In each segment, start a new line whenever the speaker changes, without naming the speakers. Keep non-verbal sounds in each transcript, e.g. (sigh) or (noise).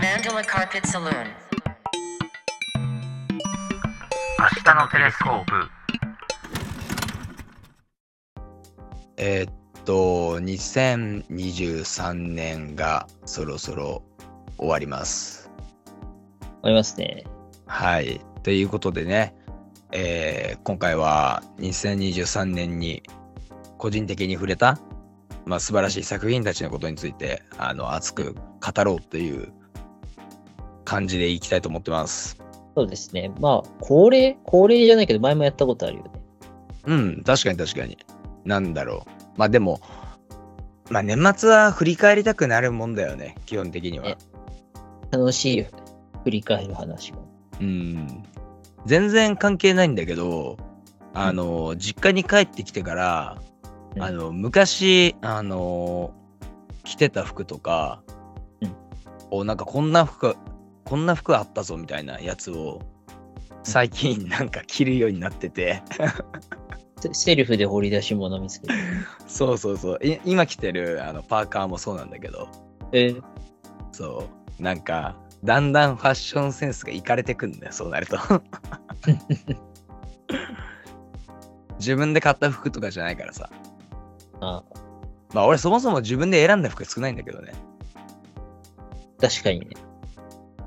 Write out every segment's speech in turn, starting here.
Mandala Carpet Saloon.
明日のテレスコープ
えーっと、2023年がそろそろ終わります。
思いますね。
はい。ということでね、えー今回は2023年に個人的に触れた、まあ、素晴らしい作品たちのことについてあの熱く語ろうという感じでいきたいと思ってます。
そうですね。まあ、恒例恒例じゃないけど、前もやったことあるよね。
うん、確かに確かに。なんだろう。まあでも、まあ年末は振り返りたくなるもんだよね、基本的には
ね。楽しいよね。振り返る話も。
うん全然関係ないんだけど、あの、実家に帰ってきてから、
うん
あの、昔、あの、着てた服とか、
うん
お、なんかこんな服、こんな服あったぞみたいなやつを、最近 (laughs) なんか着るようになってて、
セセルフで掘り出し物見つけて。
(laughs) そうそうそう、い今着てるあのパーカーもそうなんだけど、
えー
そう、なんか、だんだんファッションセンスがいかれてくんだよ、そうなると。 (laughs) 自分で買った服とかじゃないからさ。
あ
まあ、俺そもそも自分で選んだ服少ないんだけどね。
確かにね。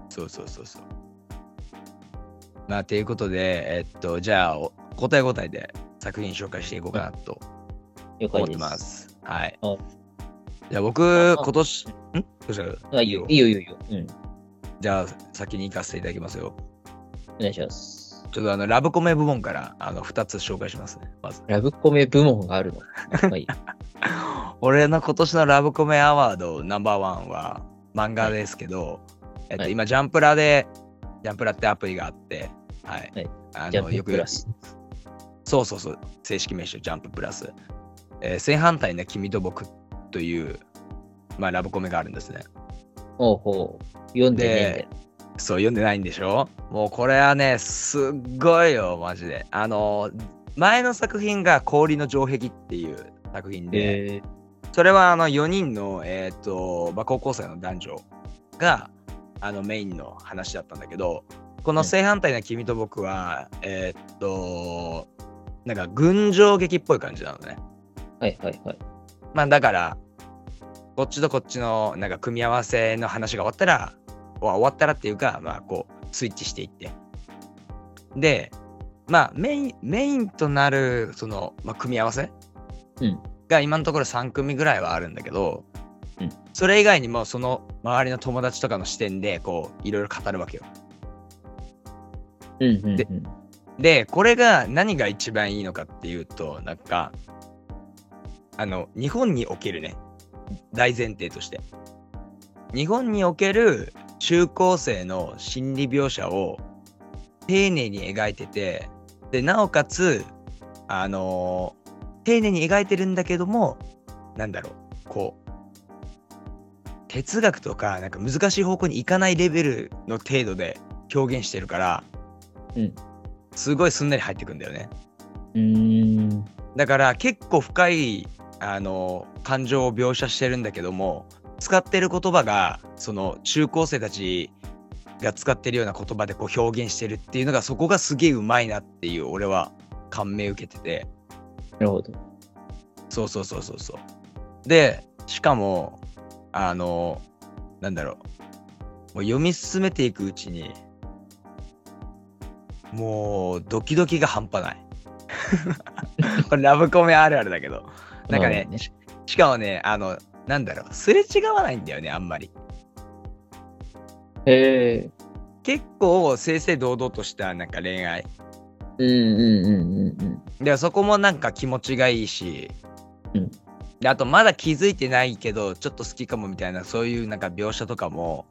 そうそうそうそう。まあ、ということで、えっと、じゃあ、お答え答えで作品紹介していこうかなと
了
思
解
って
です。
ます。はい
はい。
じゃあ、
あ
僕、今年、んどうした
あいいよ、いいよ、いいよ。うん。
じゃあ、先に行かせていただきますよ。
お願いします。
ちょっとあの、ラブコメ部門から、あの、2つ紹介しますね。まず。
ラブコメ部門があ
(laughs)
るの。まあいい。
俺の今年のラブコメアワードナンバーワンは漫画ですけど、えっと、
はい
今ジャンプラで、ジャンプラってアプリがあって、はい。
はい
あ
ジャ
の
ンプ
よく
プラス。
そうそうそう、正式名称ジャンププラス。えー正反対な君と僕という、まあ、ラブコメがあるんですね。
おうほう。読んでねえんだよ。
そう、読んでないんでしょもうこれはね、すっごいよ、マジで。あの、前の作品が氷の城壁っていう作品で、
え
それはあの4人の、えーとまあ、高校生の男女があのメインの話だったんだけどこの「正反対な君と僕は」えーっとなんか群青劇っぽい感じなのね。
ー、はいはいはい。
まあ、だからこっちとこっちのなんか組み合わせの話が終わったらお終わったらっていうか、まあ、こうスイッチしていってで、まあ、メインメインとなるその、まあ、組み合わせ、
うん
が今のところ3組ぐらいはあるんだけど、
うん
それ以外にもその周りの友達とかの視点でこういろいろ語るわけよ。
うんうん、
で
うん。
で、これが何が一番いいのかっていうと、なんか、あの、日本におけるね、大前提として。日本における中高生の心理描写を丁寧に描いてて、で、なおかつ、あのー丁寧に描いてるんだけども、なんだろう、こう、哲学とか、なんか難しい方向に行かないレベルの程度で表現してるから、すごいすんなり入ってくんだよね。
うーん。
だから結構深いあの感情を描写してるんだけども使ってる言葉がその中高生たちが使ってるような言葉でこう表現してるっていうのがそこがすげえうまいなっていう俺は感銘受けてて
なるほど。
そうそうそうそうそう。でしかもあのなんだろうもう読み進めていくうちにもうドキドキが半端ない。 (laughs) これラブコメあるあるだけどなんかね
まあね
ししかもねあのなんだろうすれ違わないんだよねあんまり
え
結構正々堂々としたなんか恋愛
ー、うんうんうんうんうん。
でそこもなんか気持ちがいいし、
うん
であとまだ気づいてないけどちょっと好きかもみたいなそういうなんか描写とかも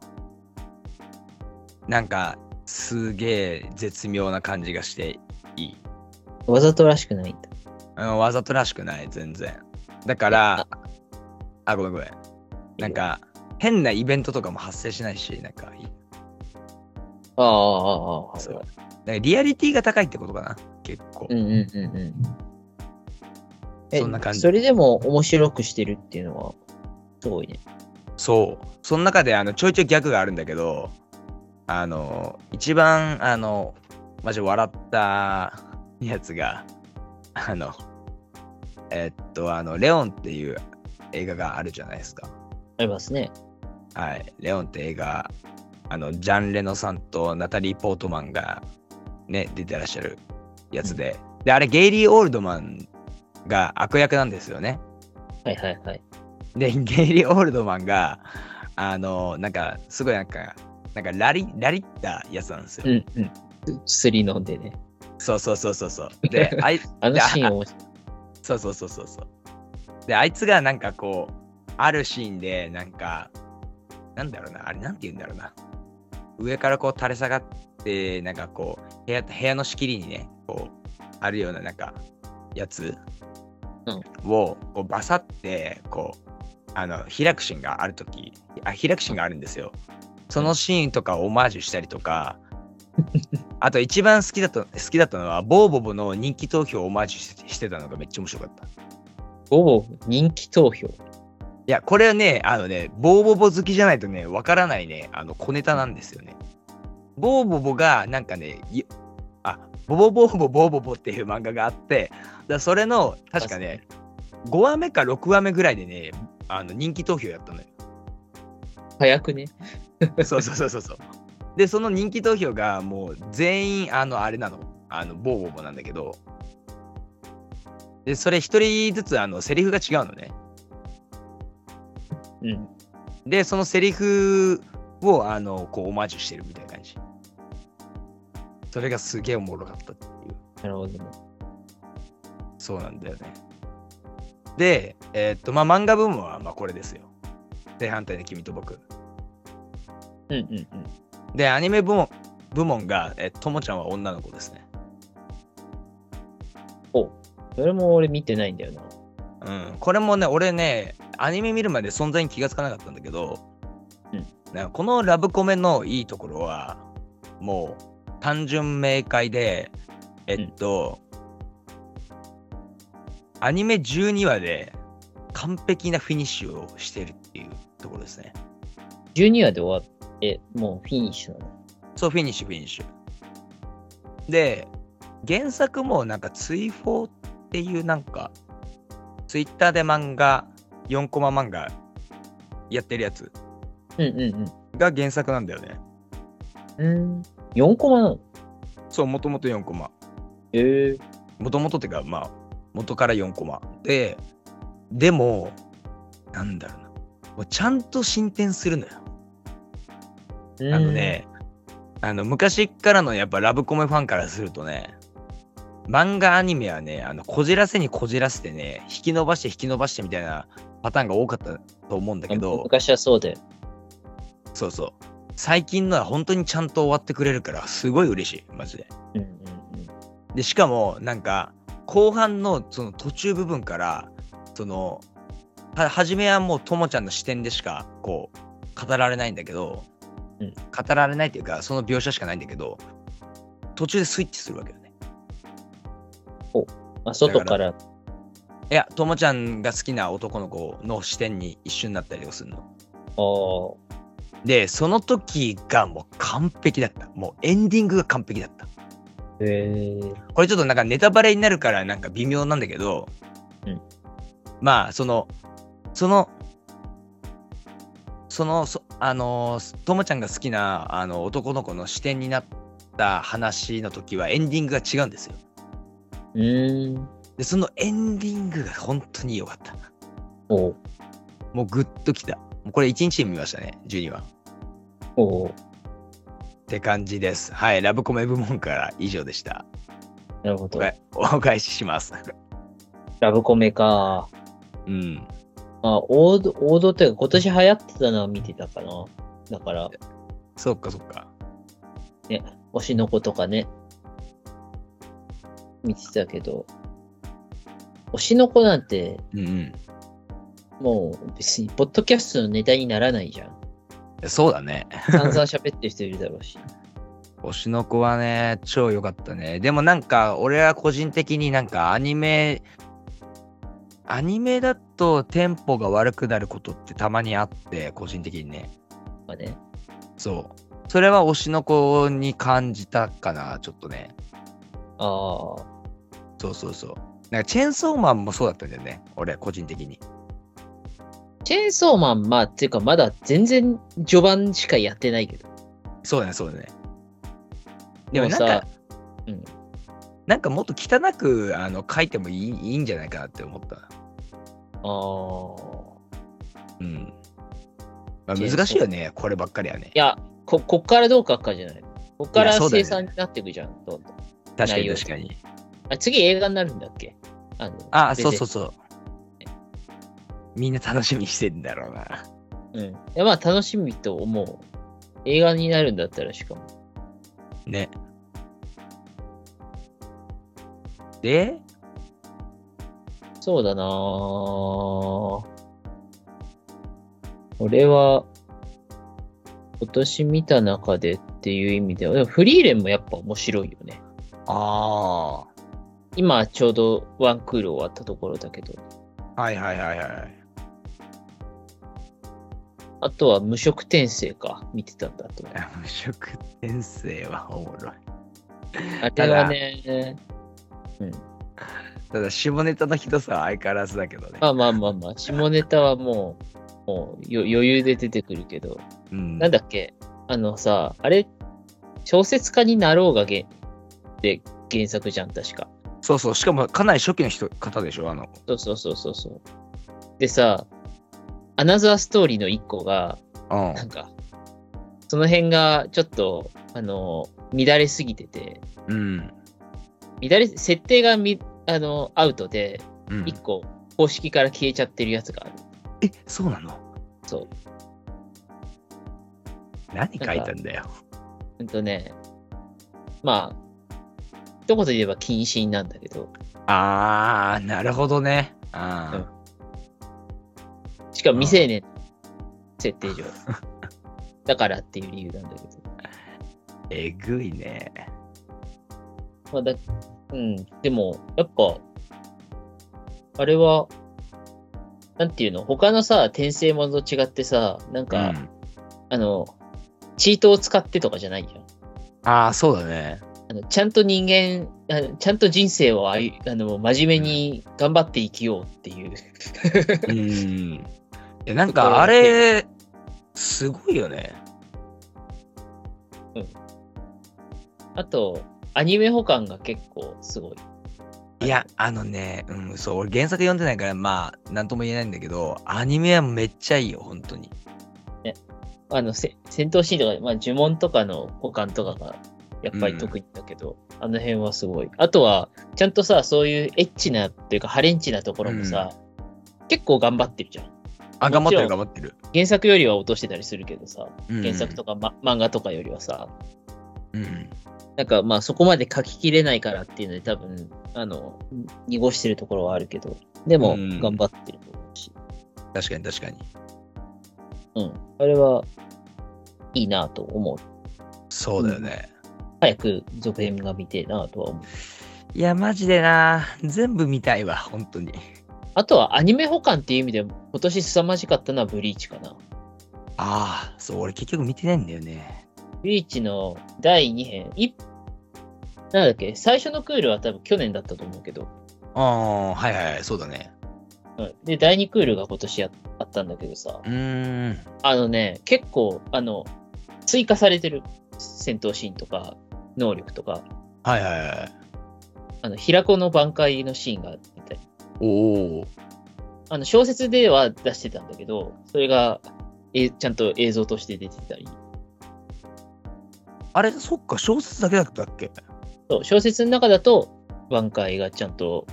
なんかすげえ絶妙な感じがしていい、
わざとらしくないんだ。
うん、わざとらしくない全然だからあごめんごめんなんか変なイベントとかも発生しないしなんかいい
ああ、ああ、ああ。
そうなんかリアリティが高いってことかな結構、
うんうんうんうん。え
そんな感じ
それでも面白くしてるっていうのは、すごいね。
そう。その中で、あの、ちょいちょい逆があるんだけど、あの、一番、あの、マジ笑ったやつが、あの、えっと、あの、レオンっていう映画があるじゃないですか。
ありますね。
はい。レオンって映画、あの、ジャン・レノさんとナタリー・ポートマンが、ね、出てらっしゃるやつで。で、あれ、ゲイリー・オールドマンが悪役なんですよね。
はいはいはい。
で、 (laughs) ゲイリー・オールドマンが、あの、なんか、すごいなんか、なんかラリ、ラリったやつなんですよ。
うんうん。薬飲んでね。
そうそうそうそうそう。で、あい、
あのシーンを、
そうそうそうそうそう。で、あいつがなんかこう、あるシーンで、なんか、なんだろうな、あれなんて言うんだろうな。上からこう垂れ下がって、なんかこう、部屋、部屋の仕切りにね、こう、あるようななんか、やつ
うん
を、こうバサって、こう、あの、開くシーンがあるとき、あ、開くシーンがあるんですよ。そのシーンとかをオマージュしたりとか、あと一番好きだった好きだったのは、ボーボボの人気投票をオマージュしてしてたのがめっちゃ面白かった。い
午後人気投票。
や、これはね、あのね、ボーボボ好きじゃないとね、わからないね、あの小ネタなんですよね。ボーボボが、なんかね、いあ、ボボボーボボーボボっていう漫画があって、だそれの、確かね、5話目か6話目ぐらいでね、あの人気投票やったのよ。
早くね。
そうそうそうそうそう。で、その人気投票がもう全員、あの、あれなの、あの、ボーボーボーなんだけど、で、それ一人ずつ、あの、セリフが違うのね。
うん。
で、そのセリフを、あの、こう、オマージュしてるみたいな感じ。それがすげえおもろかったっていう。
なるほどね。
そうなんだよね。で、えーっと、まあ、漫画部門は、まあ、これですよ。正反対で君と僕。
うんうんうん。
で、アニメ部門部門が、えともちゃんは女の子ですね。
それも俺見てないんだよな。
うん、これもね、俺ね、アニメ見るまで存在に気がつかなかったんだけど、
うん
なんかこのラブコメのいいところは、もう単純明快で、えっと、アニメ12話で完璧なフィニッシュをしてるっていうところですね。
12話で終わって、もうフィニッシュなの。
そう、フィニッシュ、フィニッシュ。で、原作もなんか追放っていうなんか、ツイッターで漫画、4コマ漫画やってるやつ
うんうん
が原作なんだよね。
うん。うん。4コマなの
そう、もともと4コマ。
ええ
もともとってか、まあ、元から4コマ。で、でも、なんだろうな。もうちゃんと進展するのよ。あの。ね、あの昔からのやっぱラブコメファンからするとね、漫画アニメはね、あのこじらせにこじらせてね、引き伸ばして引き伸ばしてみたいなパターンが多かったと思うんだけど、
昔はそうだよ。
そうそう。最近のは本当にちゃんと終わってくれるから、すごい嬉しい、マジで。
うんうんうん。
で、しかも、なんか、後半のその途中部分から、その、は初めはもうともちゃんの視点でしか、こう、語られないんだけど、
うん
語られないっていうか、その描写しかないんだけど、途中でスイッチするわけよね。
まあ、外から。
いや、ともちゃんが好きな男の子の視点に一瞬になったりとかするの。
ああ。
で、その時がもう完璧だった。もうエンディングが完璧だった。
へえ。
これちょっとなんかネタバレになるからなんか微妙なんだけど、
うん
まあそのそのそのそあのーともちゃんが好きなあの男の子の視点になった話の時はエンディングが違うんですよ
うーん。
でそのエンディングが本当に良かった
おう
もうグッときたもうこれ1日で見ましたね12話っ
おう
て感じですはいラブコメ部門から以上でした
なるほど
お。返お返しします
ラブコメか。
うん
まあ、王道、王道というか、今年流行ってたのは見てたかな。だから、
そっかそっか
推しの子とかね。見てたけど。推しの子なんて、
うんうん
もう別に、ポッドキャストのネタにならないじゃん。
そうだね
散々喋ってる人いるだろうし。
推しの子はね、超良かったね。でもなんか、俺は個人的になんかアニメアニメだとテンポが悪くなることってたまにあって、個人的にね。
まあね。
そう。それは推しの子に感じたかな、ちょっとね。
(laughs) ああ。
そうそうそう。なんかチェーンソーマンもそうだったんだよね。俺、個人的に。
チェーンソーマン、まあ、っていうか、まだ全然序盤しかやってないけど。
そうだね、そうだね。で
で
も
も
なん
さ
か、、
うん
なんかもっと汚くあの書いてもいいいいんじゃないかなって思ったな。
ああ。
うん。まあ、
チェーンソー
難しいよね、こればっかりはね
い。や、こ、こっからどう書くかじゃない。こっか
いや
ら
そうだよね
生産になっていくじゃん。どんどん
確か
内
に
容
確かに。
あ次映画になるんだっけあの
あ、
全
そう
然
そうそう。みんな楽しみにしてんだろうな。
うん。いやまあ楽しみと思う。映画になるんだったらしかも。
ね。で、
そうだなぁ。俺は、今年見た中でっていう意味では、でもフリーレンもやっぱ面白いよね。
あ
今ちょうどワンクール終わったところだけど、
あ、はいはいはいはい。
あとは無職転生か、見てたんだと思う。
無職転生はおもろい。
あれはね、
ただ、下ネタのひどさは相変わらずだけどね。
まあまあまあまあ、下ネタはもう、もうよ余裕で出てくるけど、
うん
なんだっけあのさ、あれ、小説家になろうがげで原作じゃん、確か。
そうそう、しかもかなり初期の人方でしょ、あの。
そうそうそうそうそう。でさ、アナザーストーリーの一個が、
うん
なんか、その辺がちょっと、あの、乱れすぎてて、
うん。
乱れ、設定がみあのアウトで、
うん、
一個公式から消えちゃってるやつがある。
え、そうなの
そう。
何書いたんだよ。
うんとね、まあ、一言で言えば謹慎なんだけど、
あー、なるほどね。あ
しかも未成年、設定上。だからっていう理由なんだけど。
ーえぐいね。
まあだうん、でも、やっぱ、あれは、なんていうの、他のさ、転生ものと違ってさ、なん
う
か、
ん、
あの、チートを使ってとかじゃないじゃん。
あー、そうだね。
あのちゃんと人間あの、ちゃんと人生をあいあの真面目に頑張って生きようっていう。
うん。いや、なんかあれ、すごいよね。
あと、アニメ補完が結構すごい。
いや、あのね、うん、そう、俺原作読んでないから、まあ、なんとも言えないんだけど、アニメはめっちゃいいよ、本当に。
あの、せ戦闘シーンとか、まあ、呪文とかの保管とかが、やっぱり特にだけど、あの辺はすごい。あとは、ちゃんとさ、そういうエッチなっていうか、ハレンチなところもさ、結構頑張ってるじゃん。
あ、頑張ってる、
もちろ
頑張ってる。
原作よりは落としてたりするけどさ、
うん
原作とか、ま、漫画とかよりはさ、
うん。
なんかまあそこまで書ききれないからっていうので、多分、あの、濁してるところはあるけど、で
う
も
ん、
頑張ってると思うし、
確かに、確かに。
うん。あれは、いいなと思う。
そうだよね。
早く続編が見てえなとは思う。
いや、マジでな、全部見たいわ、本当に。
あとはアニメ補完っていう意味で今年凄まじかったのはブリーチかな。
ああ、そう、俺結局見てないんだよね。
ブリーチの第2編、いなんだっけ、最初のクールは多分去年だったと思うけど、
ああ、はいはいはい、そうだね。
うんで、第2クールが今年やあったんだけどさ、
うーん。
あのね、結構、あの、追加されてる戦闘シーンとか、能力とか、
はいはいはい。
あの、平子の挽回のシーンがあって、
おお。
あの、小説では出してたんだけど、それが、えちゃんと映像として出てたり、
あれ、そっか、小説だけだったっけ
そう小説の中だと挽回がちゃんと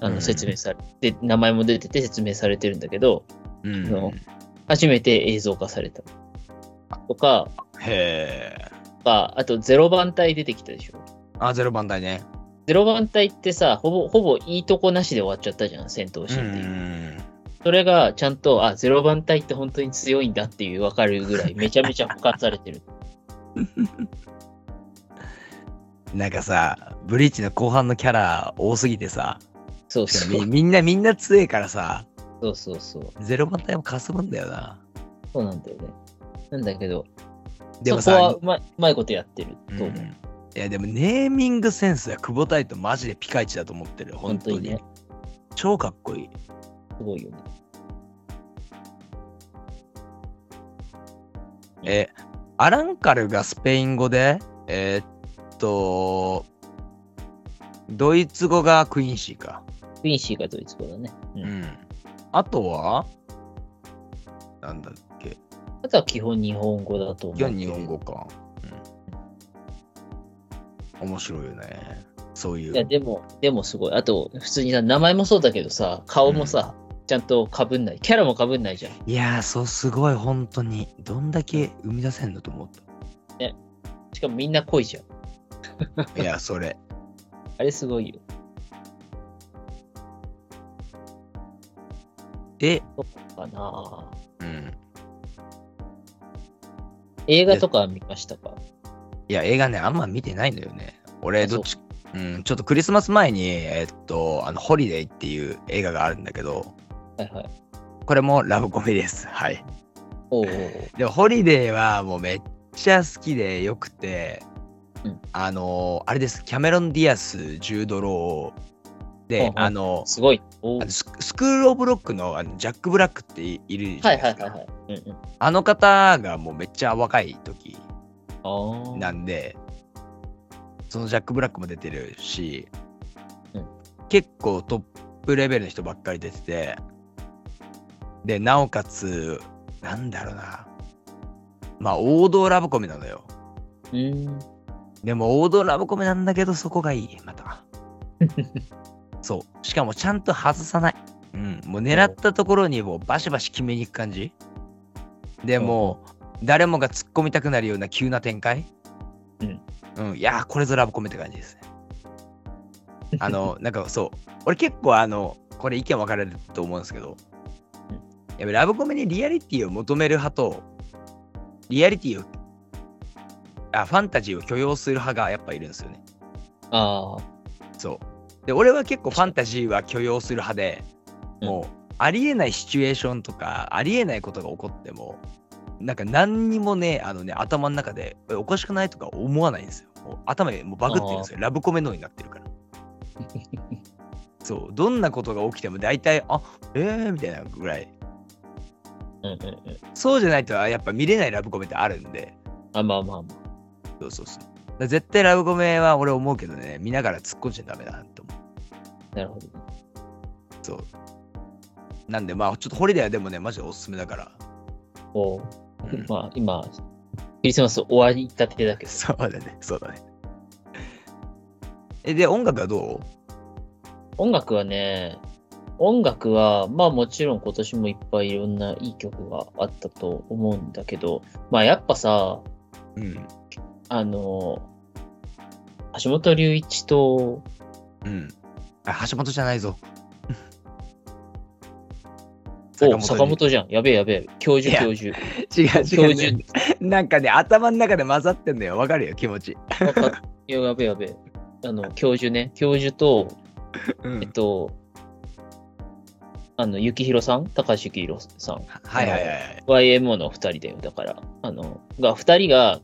あ
う
の
ん
説明されて、名前も出てて説明されてるんだけど
う
の初めて映像化されたとか
へえ。
ああとゼロ番隊出てきたでしょ
あ、ゼロ番台ね。
ゼロ番隊ってさほぼほぼいいとこなしで終わっちゃったじゃん戦闘シーンっていう、
ん。
それがちゃんとあゼロ番隊って本当に強いんだっていう分かるぐらいめちゃめちゃ保管さ
(laughs)
れてる
なんかさ、ブリーチの後半のキャラ多すぎてさ、
そうそう
みみんな、みんな強いからさ、
そうそうそう。
ゼロ番隊もかすむんだよな。
そうなんだよね。なんだけど、
でも
そこは
さ
う、まいうまいことやってると思う。
うんいやでもネーミングセンスが久保タイトマジでピカイチだと思ってる、本
本
当
当
に。
にね。
超かっこいい。
すごいよね。
えーアランカルがスペイン語で、えーっと、ドイツ語がクインシーか。
クインシーがドイツ語だね。うん
うん。あとは、なんだっけ、
あとは基本日本語だと思う。
いや日本。語か。うん。面白いよね。そうい
いや、
う。
でも、でもすごい。あと、普通にさ、名前もそうだけどさ、顔もさ、ちゃんと被んない。キャラも被んないじゃん。
いやー、そう、すごい、本当に。どんだけ生み出せんのと思っ
しかもみんな濃いじゃん。
た。いや、そ (laughs) れ。
あれすごいよ。
で、
かな
う
ぁ
ん。
映画とかは見ましたか
いや、映画ね、あんま見てないのよね。俺、
あそ
どっ
う
ち、うん、ちょっとクリスマス前に、えっと、あの、ホリデーっていう映画があるんだけど、
はいはい。
これもラブコメです。はい。
おうおうおう
でも、ホリデーはもうめっちゃ好きでよくて、
うん
あの、あれです、キャメロン・ディアス、ジュード・ローで、
うんうん
あの、
すごい。おう
あのスクスクール・オブ・ロックのあのジャック・ブラックっていいるじ
は
ゃない
い
で
はい
すか、
はいはい。うんうん。
あの方がもうめっちゃ若い時
ああ。
なんで、そのジャック・ブラックも出てるし、
うん
結構トップレベルの人ばっかり出てて、で、なおかつ、なんだろうな、まあ、王道ラブコメなのよ。
うん。
でも、王道ラブコメなんだけど、そこがいい、ま
(laughs)
た。そう。しかも、ちゃんと外さない。うん。もう、狙ったところに、もう、バシバシ決めに行く感じ。でも、誰もが突っ込みたくなるような急な展開。
うん。
うん。いやー、これぞラブコメって感じですね。 (laughs) あの、なんか、そう。俺、結構、あの、これ、意見分かれると思うんですけど
うん、
やっぱラブコメにリアリティを求める派と、リアリティをあファンタジーを許容する派がやっぱいるんですよね。
ああ。
そう。で、俺は結構ファンタジーは許容する派で、
うん
もう、ありえないシチュエーションとか、ありえないことが起こっても、なんか何にもね、あのね、頭の中で、えおかしくないとか思わないんですよ。もう頭でもうバグってるんですよ。ラブコメ脳になってる
(laughs)
から。そう。どんなことが起きても大体、あえーみたいなぐらい。
うんうんうん。
そうじゃないと、あやっぱ見れないラブコメってあるんで、
あ、まあまあまあ。
そうそうそう。だから絶対ラブコメは俺思うけどね、見ながら突っ込んじゃダメだなって思う。
なるほどね。
そう。なんで、まあ、ちょっとホリデーはでもね、マジでおすすめだから。 (laughs)
おう
うん
まあ今、クリスマス終わりたてだけど。
そうだね、そうだね。え、で、音楽はど
音楽はね、音楽は、まあもちろん今年もいっぱいいろんないい曲があったと思うんだけど、まあやっぱさ、
ううん。
あの、橋本龍一と、
うん。あ、橋本じゃないぞ。
お、坂
に
本じゃん。やべえやべえ。教授
いや
教授。
違う
教
違うね、
授。
なんかね、頭の中で混ざってんだよ。わかるよ、気持ち。
わかっいややべえやべえ。あの、教授ね。教授と、
う
えっ
ん。
と、あの、幸宏さん高橋幸宏さん。
はいはいはい。
YMO の二人だよ。だから、あの、が、二人が、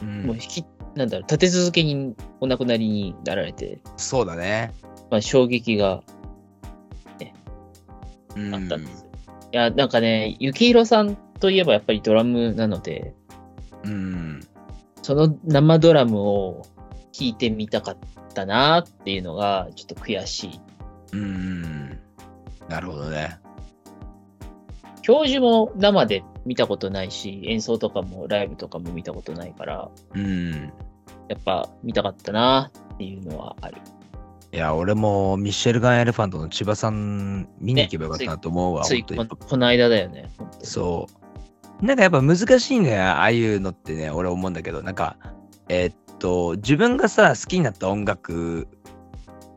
う
もうん引、き、なんだろう、立て続けにお亡くなりになられて、
そうだね。
まあ、衝撃が
うん
あったんですよ。いや、なんかね、幸宏さんといえばやっぱりドラムなので、
うん。
その生ドラムを聴いてみたかったなっていうのが、ちょっと悔しい。
うん。なるほどね。
教授も生で見たことないし、演奏とかもライブとかも見たことないから、
うん。
やっぱ見たかったなっていうのはある。
いや、俺もミッシェルガン・エレファントの千葉さん見に行けばよかったなと思うわ、
つい
本当
こ
に。
この間だよね。本当に
そう。なんかやっぱ難しいね、ああいうのってね、俺思うんだけど、なんか、えーっと、自分がさ、好きになった音楽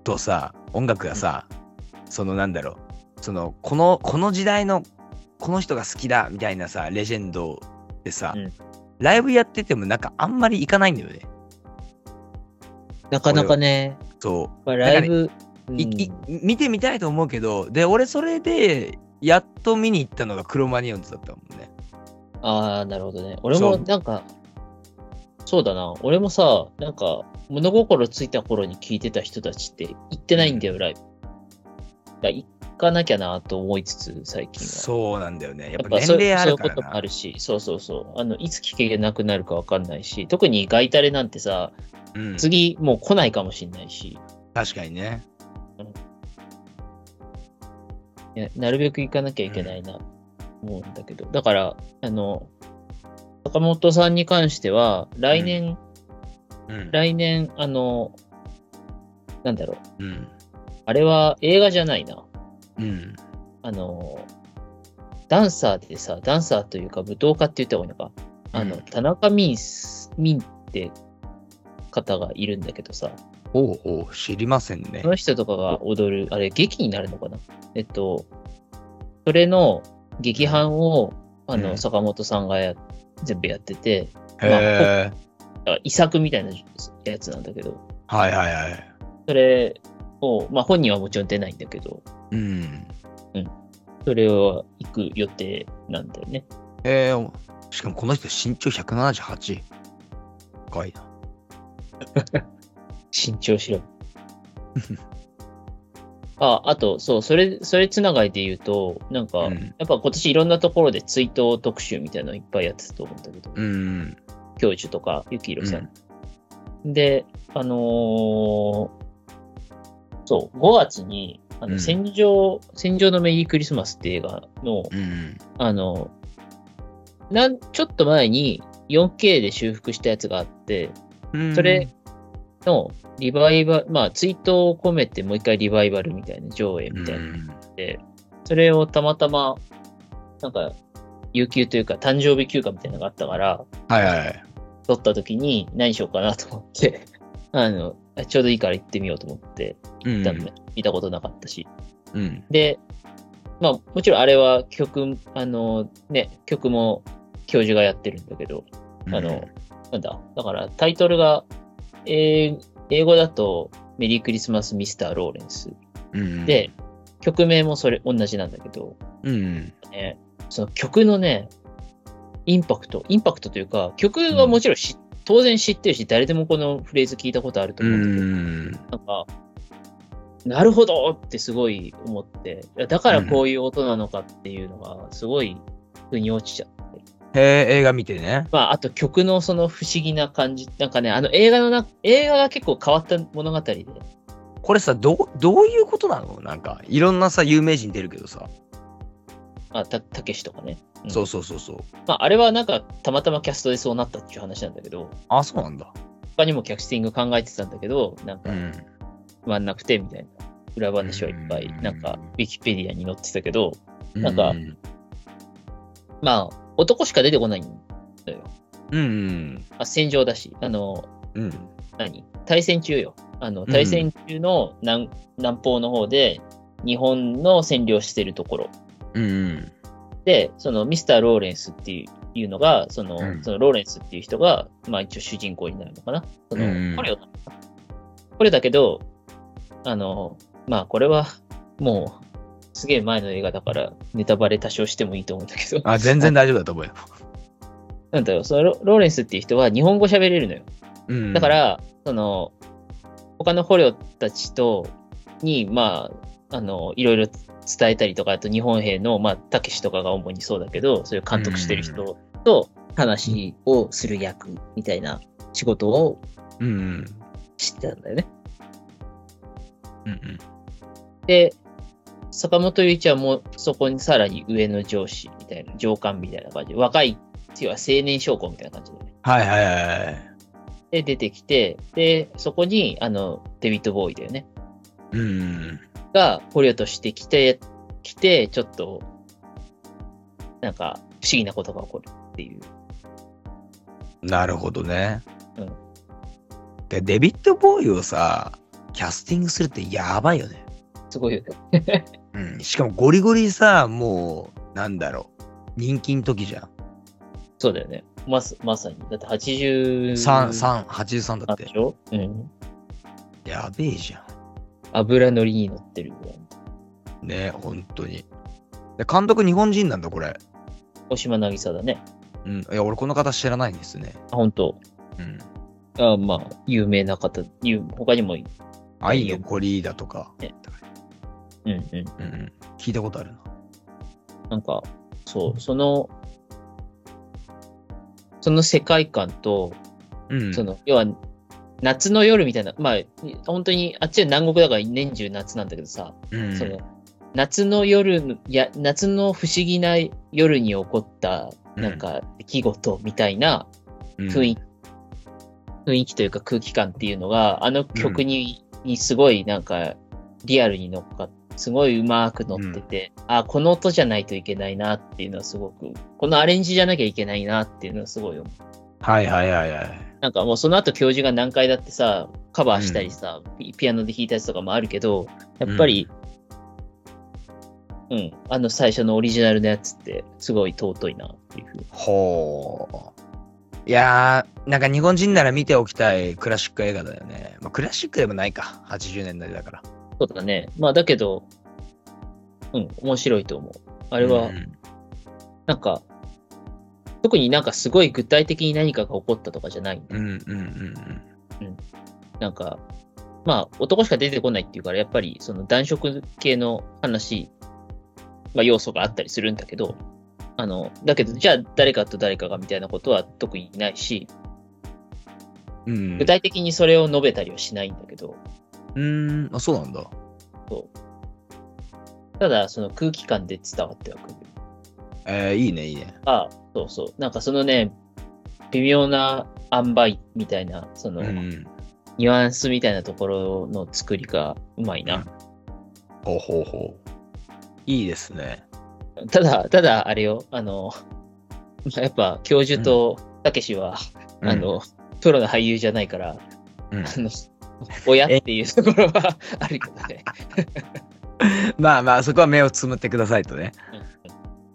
とさ、音楽がさ、そのなんだろう、その、この、この時代の、この人が好きだみたいなさ、レジェンドでさ、
うん
ライブやっててもなんかあんまり行かないんだよね。
なかなかね、
そう。
まあ、ライブ、
いい見てみたいと思うけど、で、俺それで、やっと見に行ったのがクロマニオンズだったもんね。
ああ、なるほどね。俺もなんか、そうだな。俺もさ、なんか、物心ついた頃に聞いてた人たちって行ってないんだよ、ライブ。だから行かなきゃなと思いつつ、最近は。
そうなんだよね。やっぱ
そう
年齢ある
そう
か
いうこと
ら
も
な。
あるし、そうそうそう。あの、いつ聞けなくなるかわかんないし、特にガイタレなんてさ、
うん、
次もう来ないかもしんないし、
確かにね。
いやなるべく行かなきゃいけないな、思うんだけど。だから、あの、坂本さんに関しては、来年、
うん。
来年、あの、なんだろう。
うん。
あれは映画じゃないな。
うん。
あの、ダンサーでさ、ダンサーというか舞踏家って言った方がいいのか。あの、
うん
田中みんす、みんって方がいるんだけどさ、
おうおう、知りませんね
そ。の人とかが踊る、あれ、劇になるのかなえっと、それの劇版を、あ
う
の、
ん
坂本さんがや、全部やってて、
へえ。
あ遺作みたいなやつなんだけど、
はいはいはい。
それを、まあ本人はもちろん出ないんだけど、
うん。
それは行く予定なんだよね。
えー、しかもこの人身長178。高いな。
慎重しろ。 (laughs) あ、あと、そう、それ、それつながりで言うと、なんか、
うん
やっぱ今年いろんなところで追悼特集みたいなのいっぱいやってたと思うんだけど、
うん。
教授とか、ゆきひろさん。で、あのーそう、5月に、あ
う
の、
ん
戦場、戦場のメリークリスマスって映画の、
うん。
あの、なん、ちょっと前に 4K で修復したやつがあって、
うん
それ、のリバイバル、まあ、追悼を込めてもう一回リバイバルみたいな、上映みたいなの
うん
で、それをたまたま、なんか、有給というか、誕生日休暇みたいなのがあったから、
はいはい。
撮った時に何しようかなと思って、 (laughs) あの、ちょうどいいから行ってみようと思って
う
行
ん
ったんだよ。見たことなかったし。
うん。
で、まあ、もちろんあれは曲、あの、ね、曲も教授がやってるんだけど、あの、なんだ、だからタイトルが、えー英語だと、メリークリスマス・ミスター・ローレンス。
うん、
で、曲名もそれ同じなんだけど、
うん。
ね、その曲のね、インパクト、インパクトというか、曲はもちろんし、当然知ってるし、誰でもこのフレーズ聞いたことあると
う
思うんだけど、
ん。
なんか、なるほどってすごい思って、いやだからこういう音なのかっていうのが、すごい、腑に落ちちゃって。
へえ、映画見てね。
まあ、あと曲のその不思議な感じ、なんかね、あの映画のな、映画が結構変わった物語で、
これさ、どう、どういうことなのなんか、いろんなさ、有名人出るけどさ。
あ、た、たけしとかね。うん
そうそうそうそう。
まあ、あれはなんか、たまたまキャストでそうなったっていう話なんだけど、
あ、そうなんだ。
他にもキャスティング考えてたんだけど、なんか、
うん。
不満なくて、みたいな。裏話はいっぱい、なん
う
か
ん、
ウィキペディアに載ってたけど、なんか
うん。
まあ、男しか出てこないんだよ。
うん。
あ、戦場だし、あの、
うん。
何対戦中よ。あの、対戦中の南,、南方の方で、日本の占領してるところ。
うん。
で、そのミスター・ローレンスっていういうのが、その、
うん
そのローレンスっていう人が、まあ一応主人公になるのかな。その、
うんうん
これを、これだけど、あの、まあこれは、もう、すげえ前の映画だから、ネタバレ多少してもいいと思うんだけど、 (laughs)
あ、全然大丈夫だと思うよ。
なんだろう、そのロローレンスっていう人は日本語喋れるのよ。
うん。
だか、ら、その、他の捕虜たちと、に、まあ、あの、いろいろ伝えたりとか、あと日本兵の、まあ、たけしとかが主にそうだけど、そういう監督してる人と話をする役みたいな仕事を
うん。
してたんだよね。
うん。
で、坂本龍一はもうそこにさらに上の上司みたいな、上官みたいな感じで、若い、要は青年将校みたいな感じでね。
はいはいはいはい。
で、出てきて、で、そこに、あの、デビッド・ボーイだよね。
うん。
が捕虜として来て、来て、ちょっと、なんか、不思議なことが起こるっていう。
なるほどね。
うん
で、デビッド・ボーイをさ、キャスティングするってやばいよね。
すごいよね。
うん。しかもゴリゴリさ、もう、なんだろう。人気の時じゃん。
そうだよね。まさまさに。だって83
3、3、83だっ
で
て。
しょうん。
やべえじゃん。
油乗りに乗ってるぐらい。
ね本当に。で監督日本人なんだ、これ。
大島渚だね。
うん。いや、俺この方知らないんですね。
あ、本当
うん。
あまあ、有名な方、有他にも、うん
愛のコリーだとか。
ねうん。
うんうん。聞いたことあるな。
なんか、そう、その、その世界観と、
うん。
その、要は、夏の夜みたいな、まあ、本当に、あっちは南国だから年中夏なんだけどさ、
うん、
その、夏の夜の、いや、夏の不思議な夜に起こった、なんか、出来事みたいな雰囲気、雰囲気というか空気感っていうのが、あの曲に、にすごいなんか、リアルに乗っかって、すごいうまく乗ってて、あ、この音じゃないといけないなっていうのはすごく、このアレンジじゃなきゃいけないなっていうのはすごい思う
はいはいはいはい。
なんかもうその後教授が何回だってさ、カバーしたりさ、ピピアノで弾いたやつとかもあるけど、やっぱり、うん、あの最初のオリジナルのやつってすごい尊いなっていうふうに。
ほう。いやー、なんか日本人なら見ておきたいクラシック映画だよね。まあ、クラシックでもないか。80年代だから。
そうだね。まあだけど、うん、面白いと思う。あ
あ
れは、なんか、特になんかすごい具体的に何かが起こったとかじゃない。
うんうんうんうん。
なんか、まあ男しか出てこないっていうから、やっぱりその男色系の話、まあ要素があったりするんだけど、あの、だけど、じゃあ誰かと誰かがみたいなことは特にないし、
うん
具体的にそれを述べたりはしないんだけど、
うーん、あ、そうなんだ。
ただその空気感で伝わってはくる。
えー、いいね、いいね。
あそうそう。なんかそのね、微妙な塩梅みたいな、その、
うん。
ニュアンスみたいなところの作りがうまいな。
ほうほうほう。いいですね。
ただ、ただ、あれよ、あの、 (laughs) やっぱ、教授とたけしは、あの、プロの俳優じゃないから、
うん、うん
あの、親っていうところは (laughs) あるけどね。
(laughs) まあまあ、そこは目をつむってくださいとね。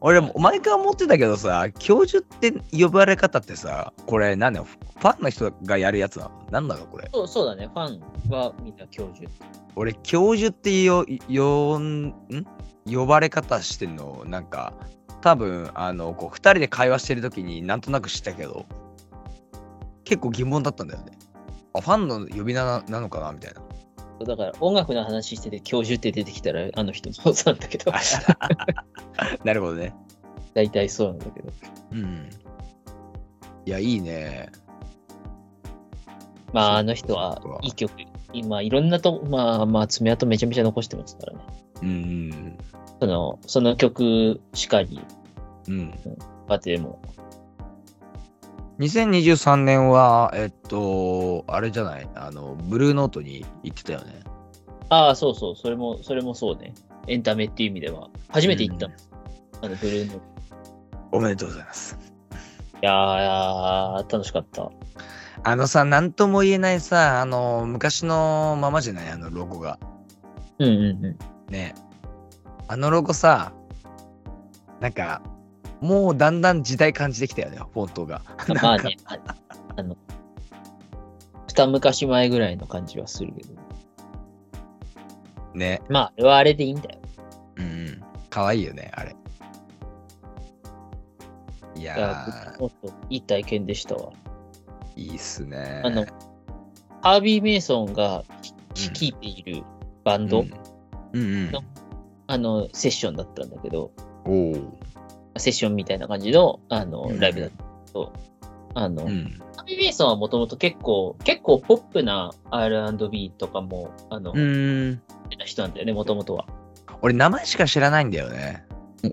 俺、毎回思ってたけどさ、教授って呼ばれ方ってさ、これ何だよ、ファンの人がやるやつなのなんだろう、これ。
そうそうだね、ファンはみんな教授。
俺、教授ってよ、よん、ん呼ばれ方してんの、なんか、多分、あの、こう、二人で会話してる時になんとなく知ったけど、結構疑問だったんだよね。あ、ファンの呼び名ななのかなみたいな。
だから、音楽の話してて、教授って出てきたら、あの人そうなんだけど、
なるほどね。
(laughs) 大体そうなんだけど。
うん。いや、いいね。
まあ、あ
そう
の人は
そうか、
いい曲、今、いろんなと、まあ、まあ、爪痕めちゃめちゃ残してますからね。
うん。
その、その曲しかり、
うん。
バテでも、
2023年は、えっと、あれじゃない、あの、ブルーノートに行ってたよね。
ああ、そうそう、それも、それもそうね。エンタメっていう意味では、初めて行ったの。あの、ブルーの。い
おめでとうございます。
やー、楽しかった。
あのさ、なんとも言えないさ、あの、昔のままじゃない、あのロゴが。
うんうんうん。
ね。あのロゴさ、なんか、もうだんだん時代感じてきたよね、フォントが。
まあね、ああの、二昔前ぐらいの感じはするけど。
ね。
まあ、あれはあれでいいんだよ。
うん。かわいいよね、あれ。い
いや
や
ー、もっといい体験でしたわ。
ー、いいっすね。
あの、ハービー・メイソンが率いているバンド、
うん、うん
のあの、セッションだったんだけど、
うん。おお。
セッションみたいな感じの、あの
う、ん
ライブだったけど、あの、
うん。
ハービー・メイソンはもともと結構、結構ポップな R&B とかも、あの、
うん。
人なんだよね、もともとは。
俺、名前しか知らないんだよね。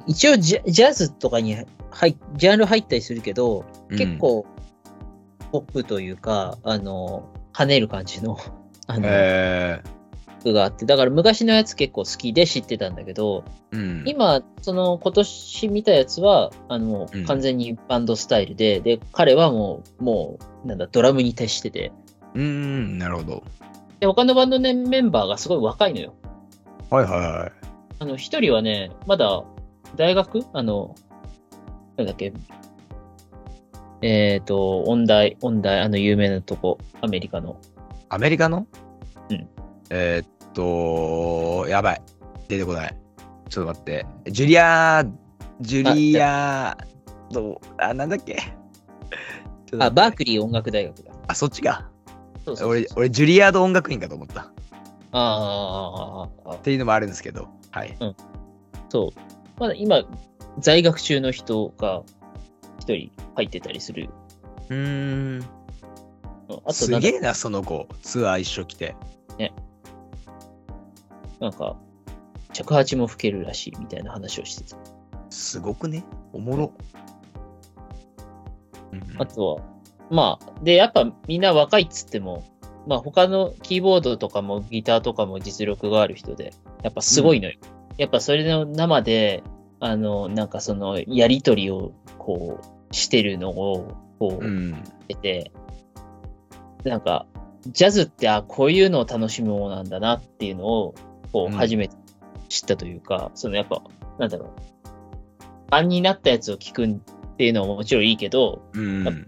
一応ジャ、ジャズとかに入、ジャンル入ったりするけど、
うん
結。構、ポップというか、あの、跳ねる感じの、 (laughs) あの、
え
曲があって、だから昔のやつ結構好きで知ってたんだけど、
ーうん。
今、その今年見たやつは、あの、もう
うん
完全にバンドスタイルで、で、彼はもう、もう、なんだ、ドラムに徹してて、
うーん、なるほど。
で、他のバンドのメンバーがすごい若いのよ。
はいはいはい。
あの、一人はね、まだ、大学あの、なんだっけ、えっ、と、音大、音大、あの、有名なとこ、アメリカの。
アメリカの
うん。
えーっと、やばい。出てこない。ちょっと待って。ジュリア、ジュリア、どう、あ、なんだっけ。ちょっと待って
あ、バークリー音楽大学だ。
あ、そっちか。
そうそうそう
俺、俺、ジュリアード音楽院かと思った。っ
あーあーあーあーあー
ていうのもあるんですけど。はい。
そう。まだ今、在学中の人が一人入ってたりする。
うーん。
うんあと
す
なんか
げえな、その子。ツアー一緒来て。
なんか、着鉢も吹けるらしいみたいな話をしてた。
すごくね。おもろ。うんうん
あとは、まあ、で、やっぱみんな若いっつっても、まあ他のキーボードとかもギターとかも実力がある人で、やっぱすごいのよ。やっぱそれの生で、あの、なんかその、やりとりをこう、してるのを、こう、
うん。
ってて、なんか、ジャズって、あ、こういうのを楽しむものなんだなっていうのを、こ
うん
う、初めて知ったというか、そのやっぱ、なんだろう。版になったやつを聞くっていうのももちろんいいけど、
うん。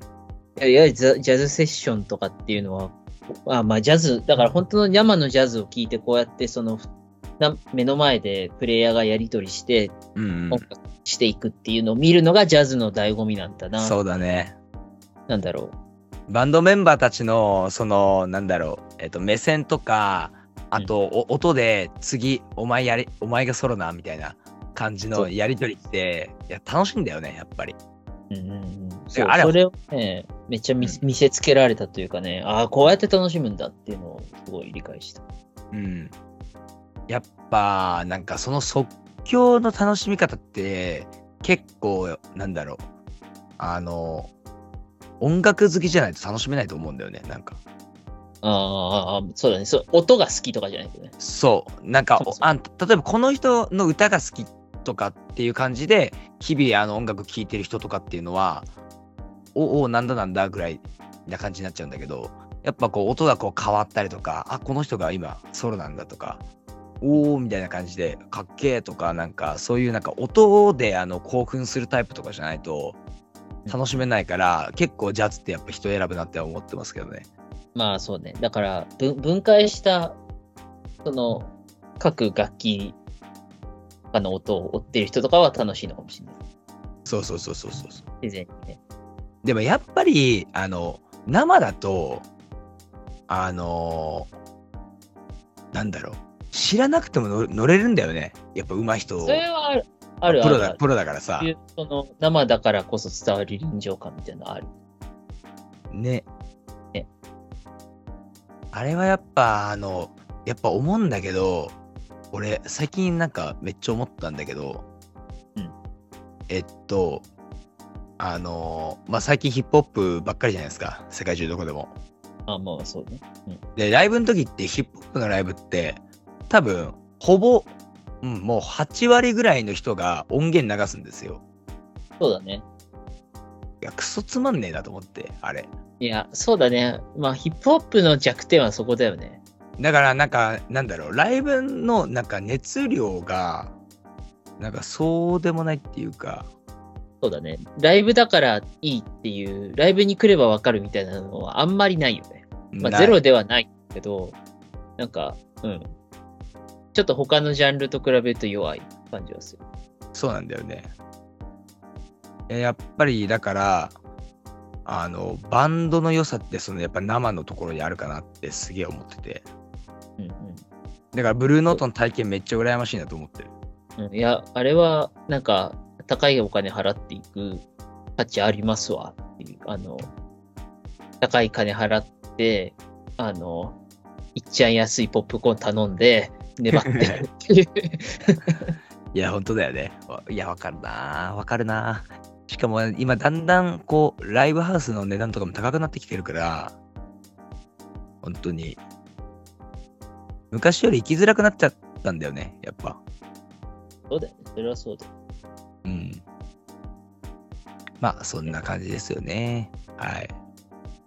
いやいやジャジャズセッションとかっていうのは、あまあジャズ、だから本当の生のジャズを聞いて、こうやってその、な目の前でプレイヤーがやり取りして、
うん
音。楽していくっていうのを見るのがジャズの醍醐味なんだな、
そうだね。
なんだろ
バンドメンバーたちのそのなんだろう、えっと目線とかあと、お音で次お前やれお前がソロなみたいな感じ
そ
の
う
やり取りっていや楽しいんだよねやっぱり
う。うんうんうん、そう
あれ
それをね、めっちゃ見,、見せつけられたというかね、ああ、こうやって楽しむんだっていうのをすごい理解した。
うんやっぱなんかその即興の楽しみ方って結構なんだろうあの音楽好きじゃないと楽しめないと思うんだよねなんか
あーあー、そうだねそう。音が好きとかじゃないけどね。
そうなんか
そうそう
あ例えばこの人の歌が好きとかっていう感じで日々あの音楽聴いてる人とかっていうのはおおなんだなんだぐらいな感じになっちゃうんだけどやっぱこう音がこう変わったりとかあこの人が今ソロなんだとかおおみたいな感じでかっけえとかなんかそういうなんか音であの興奮するタイプとかじゃないと楽しめないから結構ジャズってやっぱ人選ぶなって思ってますけどね。
まあそうね。だから、分分解した、その、各楽器とかの音を追ってる人とかは楽しいのかもしれない。
そうそうそうそうそうそう。
自然にね。
でもやっぱりあの生だとあのなんだろう知らなくても乗乗れるんだよねやっぱ上手い人
それはある、ある
プ
あ
ロ
る
だプロだからさ
いうその生だからこそ伝わる臨場感みたいなのある。
ね
ね
あれはやっぱあのやっぱ思うんだけど俺最近なんかめっちゃ思ったんだけど、
うん
えっとあのまあ最近ヒップホップばっかりじゃないですか世界中どこでも
あまあそうね。
で、ライブの時って、ヒップホップのライブって、多分、ほぼ、うん、もう8割ぐらいの人が音源流すんですよ。
そうだね。
いや、クソつまんねえなと思って、あれ。
いや、そうだね。まあヒップホップの弱点はそこだよね。
だから、なんか、なんだろう、ライブの、なんか、熱量が、なんか、そうでもないっていうか、
そうだね。ライブだからいいっていう、ライブに来ればわかるみたいなのはあんまりないよね。ま
な
あ、ゼロではないけど、なんか、うん。ちょっと他のジャンルと比べると弱い感じはする。
そうなんだよね。いややっぱり、だから、あの、バンドの良さって、その、やっぱ生のところにあるかなって、すげえ思ってて。
うん
だから、ブルーノートの体験めっちゃ羨ましいなと思ってる。
うん。うん、いや、あれは、なんか、高いお金払っていく価値ありますわっていう、あの、高い金払って、あの、いっちゃん安いポップコーン頼んで、粘ってるって (laughs) いう。
(laughs) いや、本当だよね。わいや、わかるなぁわかるなぁしかも、今、だんだん、こう、ライブハウスの値段とかも高くなってきてるから、本当に、昔より行きづらくなっちゃったんだよね、やっぱ。
そうだよね。それはそうだよ。
うん。まあ、そんな感じですよね。はい。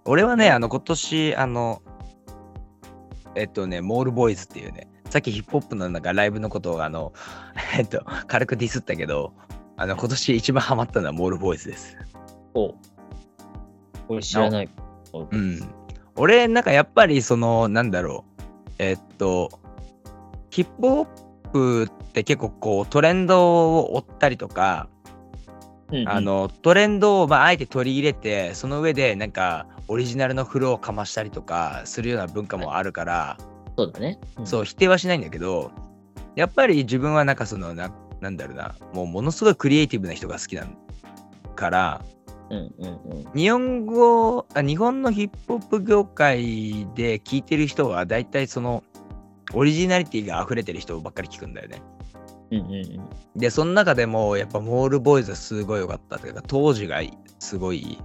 俺はね、あの、今年、あの、えっとね、モールボーイズっていうね、さっきヒップホップのなんかライブのことを、あの、 (laughs) えっと、軽くディスったけど、あの、今年一番ハマったのはモールボーイズです。
こう。俺知らない。
うん。俺、なんかやっぱり、その、なんだろう、えっと、ヒップホップって結構こうトレンドを追ったりとか、
うんうん
あ、のトレンドをまああえて取り入れてその上でなんかオリジナルのフローをかましたりとかするような文化もあるから、
そうだね。うん
そう否定はしないんだけどやっぱり自分はなんかそのななんだろうなもうものすごいクリエイティブな人が好きなから
うんうんうん。
日本語あ日本のヒップホップ業界で聞いてる人は大体そのオリジナリティが溢れてる人ばっかり聞くんだよね。
うんうんうん。
でその中でもやっぱモールボーイズはすごい良かったというか当時がすごい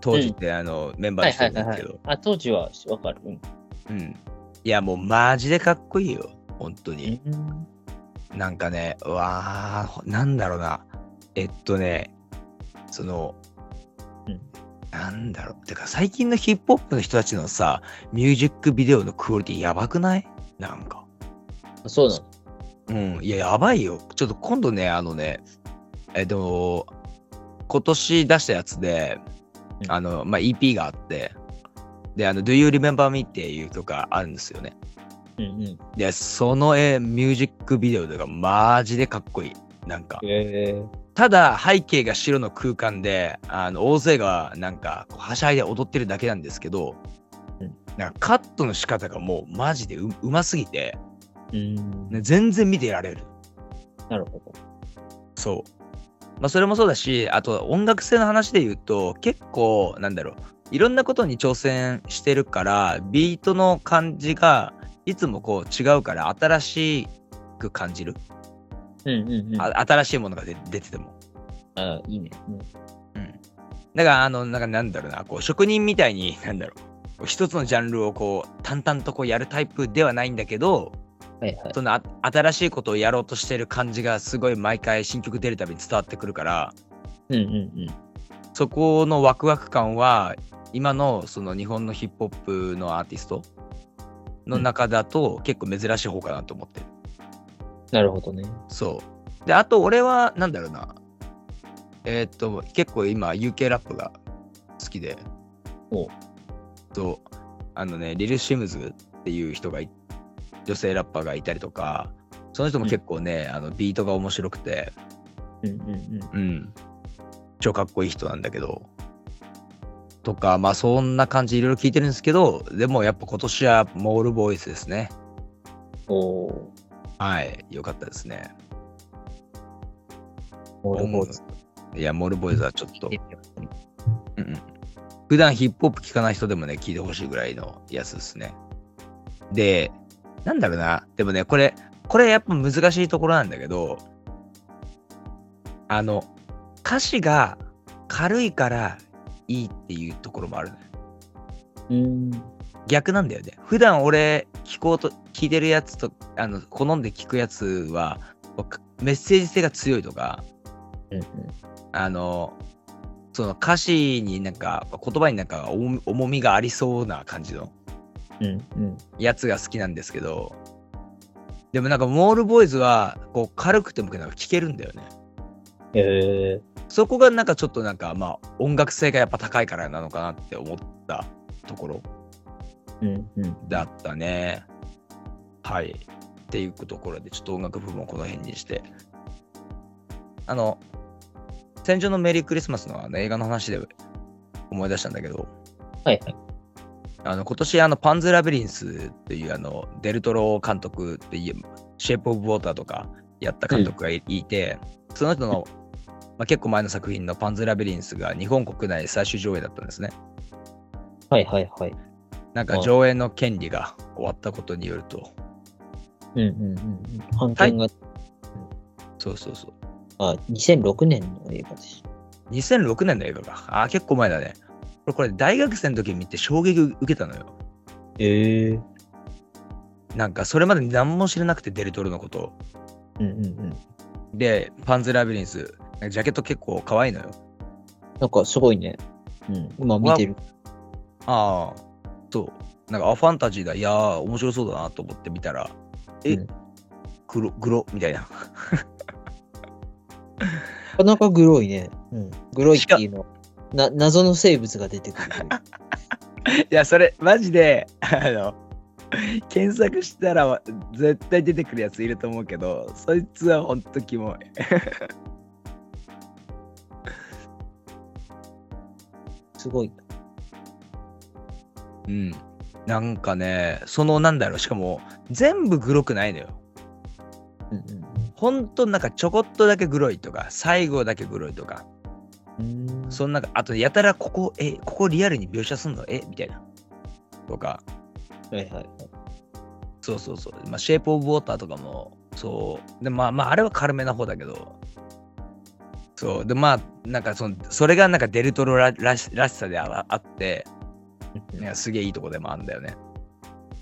当時ってあの、メンバー
は
の
い
人なんで
はいはいは
すけ
い
ど、。
あ、当時はわかる。うん。
うん、いやもうマジでかっこいいよ本当に。
うん
なんかね、うわあ、なんだろうな。えっとね、その、
うん
なんだろう。てか、最近のヒップホップの人たちのさ、ミュージックビデオのクオリティやばくないなんか。
あそうなの。
うん、いや、やばいよ。ちょっと今度ね、あのね、えっと、今年出したやつで、
うん
あの、まあ、EP があって、で、あの、Do You Remember Me っていう曲があるんですよね。
うんうん。
で、その絵、ミュージックビデオとか、マジでかっこいい。なんか。
へえ。
ただ背景が白の空間であの大勢がなんかこうはしゃいで踊ってるだけなんですけど、
うん
なんかカットの仕方がもうマジでううますぎて、
うん。
ね、全然見てられる
なるほど。
そう、まあ、それもそうだしあと音楽性の話で言うと結構なんだろういろんなことに挑戦してるからビートの感じがいつもこう違うから新しく感じる、
うんうんうん。あ
あ新しいものが出出てても
あ、いいね。うん
うんだから、あの、なんかなんだろうな、こう、職人みたいに、 (laughs) なんだろう、こう一つのジャンルをこう、淡々とこうやるタイプではないんだけど、
はいはい。
そのあ新しいことをやろうとしてる感じがすごい毎回新曲出るたびに伝わってくるから、
うんうんうん。
そこのワクワク感は、今のその日本のヒップホップのアーティストの中だと結構珍しい方かなと思ってる。
なるほどね。
そう。で、あと俺は、なんだろうな、えーっと、結構今、UK ラップが好きで、
おう
と、あのね、リル・シムズっていう人がい、女性ラッパーがいたりとか、その人も結構ね、あのビートが面白くて、
うんうん
う
うん。
ん、超かっこいい人なんだけど、とか、まあそんな感じいろいろ聞いてるんですけど、でもやっぱ今年はモールボーイズですね。
おー。
はい、よかったですね。
モールボーイズ。
いや、モールボーイズはちょっと
聞い、てみよう
うんうん、普段ヒップホップ聞かない人でもね、聞いてほしいぐらいのやつですね。で、なんだろうな、でもね、これ、これやっぱ難しいところなんだけど、あの、歌詞が軽いからいいっていうところもあるね。
うん。
逆なんだよね。普段俺、聞こうと、聞いてるやつと、あの、好んで聞くやつは、メッセージ性が強いとか、
うん
あの、その歌詞になんか、言葉になんか重み重みがありそうな感じの
うん。うんうん。
やつが好きなんですけど、でもなんか、モールボーイズは、こう、軽くてもなんか聞けるんだよね。
へえ。
そこがなんかちょっとなんか、まあ、音楽性がやっぱ高いからなのかなって思ったところ
うんうん。
だったね。はい。っていうところで、ちょっと音楽部分をこの辺にして。あの、戦場のメリークリスマスのあの映画の話で思い出したんだけど、
はいはい。
あの今年あのパンズ・ラビリンスっていうあのデルトロ監督っていうシェイプ・オブ・ウォーターとかやった監督がい,、てその人の、まあ、結構前の作品のパンズ・ラビリンスが日本国内最終上映だったんですね
はいはいはい。
なん
あ
か
あ
上映の権利が終わったことによると
うんうんうんうん。判権が、
そうそうそう
あ、2006年の映画でした。
2006年の映画かあー結構前だねこれこれ大学生の時に見て衝撃受けたのよ
へえ。
なんかそれまで何も知らなくてデルトロのことを
うんうんうん。
でパンズ・ラビリンスなんかジャケット結構可愛いのよ
なんかすごいね。うん。今見てる。
ああ、そう。なんか、あ、ファンタジーだ。いやー、面白そうだなと思って見たら、え、
うん
グロ、グロみたいな。
なかなかグロいね。うん。グロいっていうのは。な (laughs) 謎の生物が出てくる。
いや、それ、マジで、あの、検索したら絶対出てくるやついると思うけどそいつはほんとキモい
すごい。
うんなんかねそのなんだろうしかも全部グロくないのよ
うん
ほんとなんかちょこっとだけグロいとか最後だけグロいとか
うんうん。
そのなんかあとやたらここえここリアルに描写すんのえみたいなとか
はいはいはい。
そうそうそう、まあ、シェイプ・オブ・ウォーターとかもそうでまあまああれは軽めな方だけどそうでまあなんかそのそれがなんかデルトロららしらしさでああってなんかすげえいいとこでもあるんだよね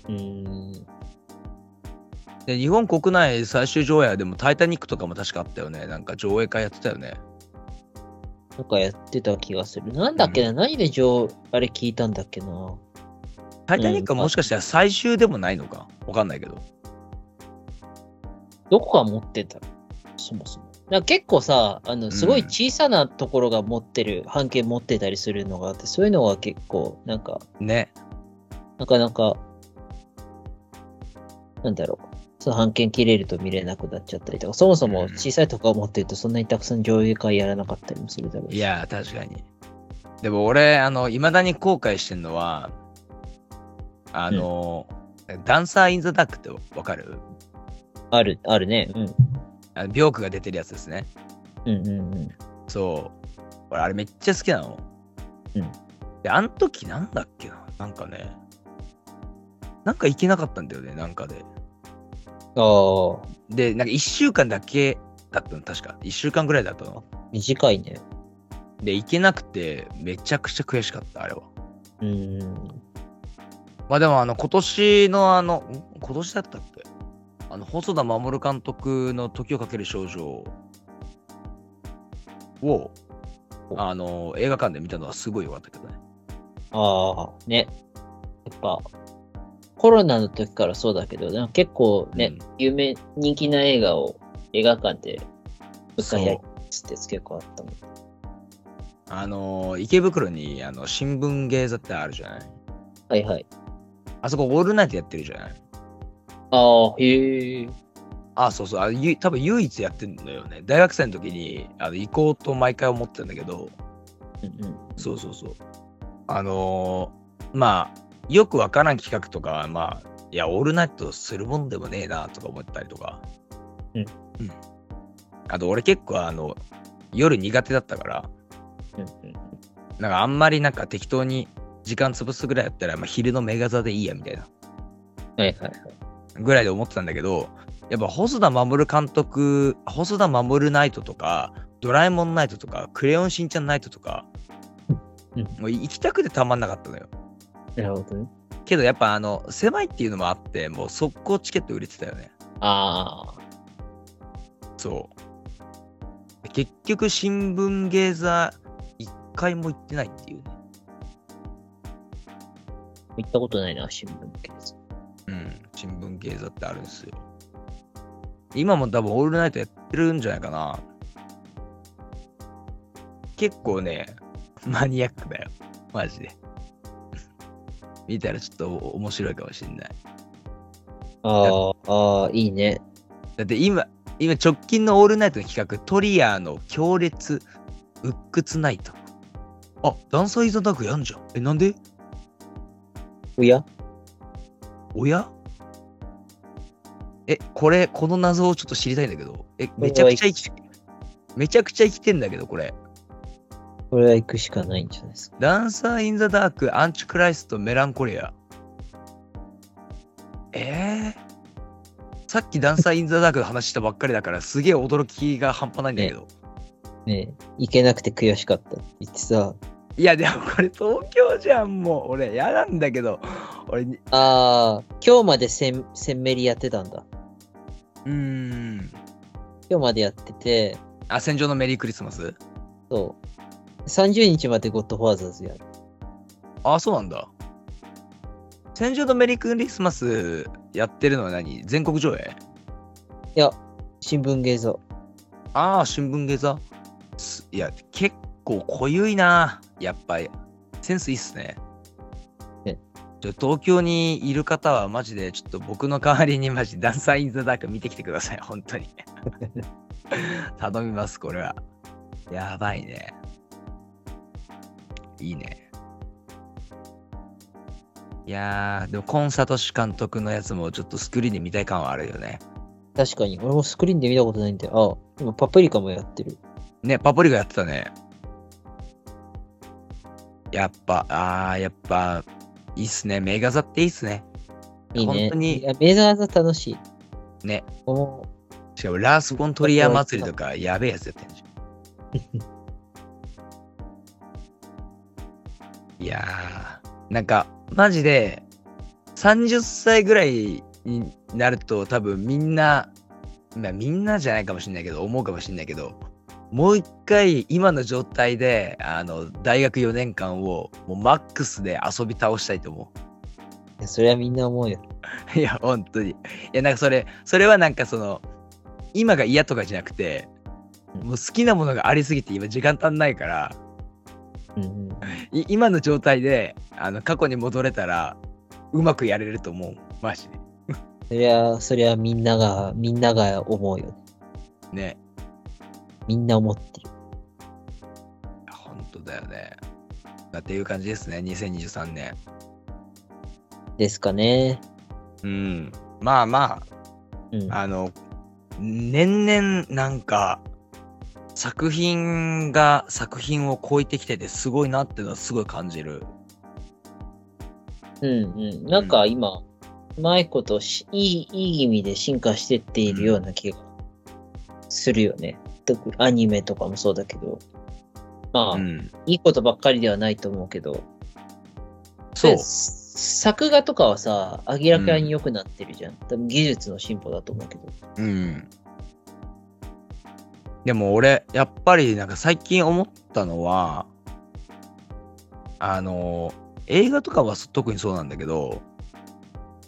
うーん。
で日本国内最終上映でも「タイタニック」とかも確かあったよねなんか上映会やってたよね
なんかやってた気がする。なんだっけな、何で上、あれ聞いたんだっけな。
「タイタニック」はもしかしたら最終でもないのかわかんないけど
どこが持ってたのそもそも。なんか結構さ、あの、すごい小さなところが持ってる、半径持ってたりするのがあって、そういうのが結構、なんか、
ね
なかなか、なんだろう。その半券切れると見れなくなっちゃったりとか、そもそも小さいとこを持ってるとそんなにたくさん上映会やらなかったりもするだろうし。
いやー確かにでも俺あの未だに後悔してんのはあの、ダンサー・イン・ザ・ダックってわかる
ある、あるね。うん。
あのビョークが出てるやつですね。
うんうんうん。
そう。俺、あれめっちゃ好きなの。
うん。
で、あの時なんだっけななんかね。なんか行けなかったんだよね、なんかで。
ああ、
で、なんか1週間だけだったの、確か。1週間ぐらいだったの。
短いね。
で、行けなくて、めちゃくちゃ悔しかった、あれは。
うん。
まあでも、あの、今年のあの、ん今年だったっけあの、細田守監督の時をかける少女を、あの、映画館で見たのはすごい良かったけどね。
ああ、ね。やっぱ、コロナの時からそうだけど、なんか結構ね、
うん
有名、人気な映画を映画館で、ぶっか
そう
やつって結構あったもん。
あのー池袋にあの新聞芸座ってあるじゃない
はいはい。
あそこオールナイトやってるじゃない
ああ、へえ。
あそうそうあゆ多分唯一やってんのよね大学生の時にあの行こうと毎回思ってたんだけど
うんうん。
そうそうそうあのーまあよくわからん企画とかはまあいやオールナイトするもんでもねえなとか思ったりとか
うん、
うん、あと俺結構あの夜苦手だったから
うんうん
なんかあんまりなんか適当に時間潰すぐらいだったら、まあ、昼のメガ座でいいやみたいな
はいはいはい。
ぐらいで思ってたんだけどやっぱ細田守監督細田守ナイトとかドラえもんナイトとかクレヨンしんちゃんナイトとか、
うん
もう行きたくてたまんなかったのよ
なるほどね。
けどやっぱあの狭いっていうのもあってもう速攻チケット売れてたよね
ああ、
そう結局新聞芸座一回も行ってないっていうね
行ったことないな、新聞系です。
うん、新聞系座ってあるんですよ。今も多分オールナイトやってるんじゃないかな。結構ね、マニアックだよ。マジで。見たらちょっと面白いかもしんない。
ああ、ああ、いいね。
だって今、今直近のオールナイトの企画、トリアーの強烈、鬱屈ナイト。あ、ダンサーイザダークやんじゃん。え、なんで
おや
おやえ、これ、この謎をちょっと知りたいんだけど。え、めちゃくちゃ生きて、めちゃくちゃ生きてんだけど、これ。
これは行くしかないんじゃないですか。
ダンサー・イン・ザ・ダーク、アンチクライスト、メランコリア。えー、さっきダンサー・イン・ザ・ダークの話したばっかりだから、すげえ驚きが半端ないんだけど。
ねえ行けなくて悔しかったって言ってさ、
いや、でもこれ東京じゃん、もう。俺、嫌なんだけど。俺に、
ああ、今日までせん、せんめりやってたんだ。
うーん。
今日までやってて、
あ、戦場のメリークリスマス
そう。30日までゴッドファーザーズやる。
あ、そうなんだ。戦場のメリークリスマスやってるのは何全国上映
いや、新聞芸座。
ああ、新聞下座。すいや、結構濃ゆいな。やっぱり。センスいいっすね。
ね
ちょ東京にいる方はマジでちょっと僕の代わりにマジダンサーインザダーク見てきてください本当に頼みますこれはやばいねいいねいやーでもコンサトシ監督のやつもちょっとスクリーンで見たい感はあるよね
確かに、俺もスクリーンで見たことないんで、ああ、今パプリカもやってる。
ねパプリカやってたねやっぱあーやっぱいいっすねメガザっていいっすね
いいね。
本当に
いや、メザーズ楽しい。
ね
おー
しかもラース・ゴントリア祭りとかやべえやつやってんじゃん。いやー、なんかマジで30歳ぐらいになると多分みんな、まあ、みんなじゃないかもしれないけど思うかもしれないけどもう一回今の状態であの大学4年間をもうマックスで遊び倒したいと思う。
いやそれはみんな思うよ。
(laughs) いや、本当に。いや、なんかそれ、それはなんかその、今が嫌とかじゃなくて、もう好きなものがありすぎて今時間足んないから、
うんうん、
い今の状態で、あの、過去に戻れたら、うまくやれると思う。マジで。
そりゃ、そりゃみんなが、みんなが思うよ。
ね。
みんな思ってる。
本当だよね。まあっていう感じですね、2023年。
ですかね。
うん。まあま
うん。
あ、あの、年々なんか、作品が作品を超えてきててすごいなっていうのはすごい感じる。
うんうん。なんか今、うまいことし、いい、いい意味で進化してっているような気がするよね。特にアニメとかもそうだけど。まあ、
うん。
いいことばっかりではないと思うけど。
そう
で。作画とかはさ、明らかに良くなってるじゃん。多分技術の進歩だと思うけど。
うん。でも俺、やっぱりなんか最近思ったのは、あの、映画とかは特にそうなんだけど、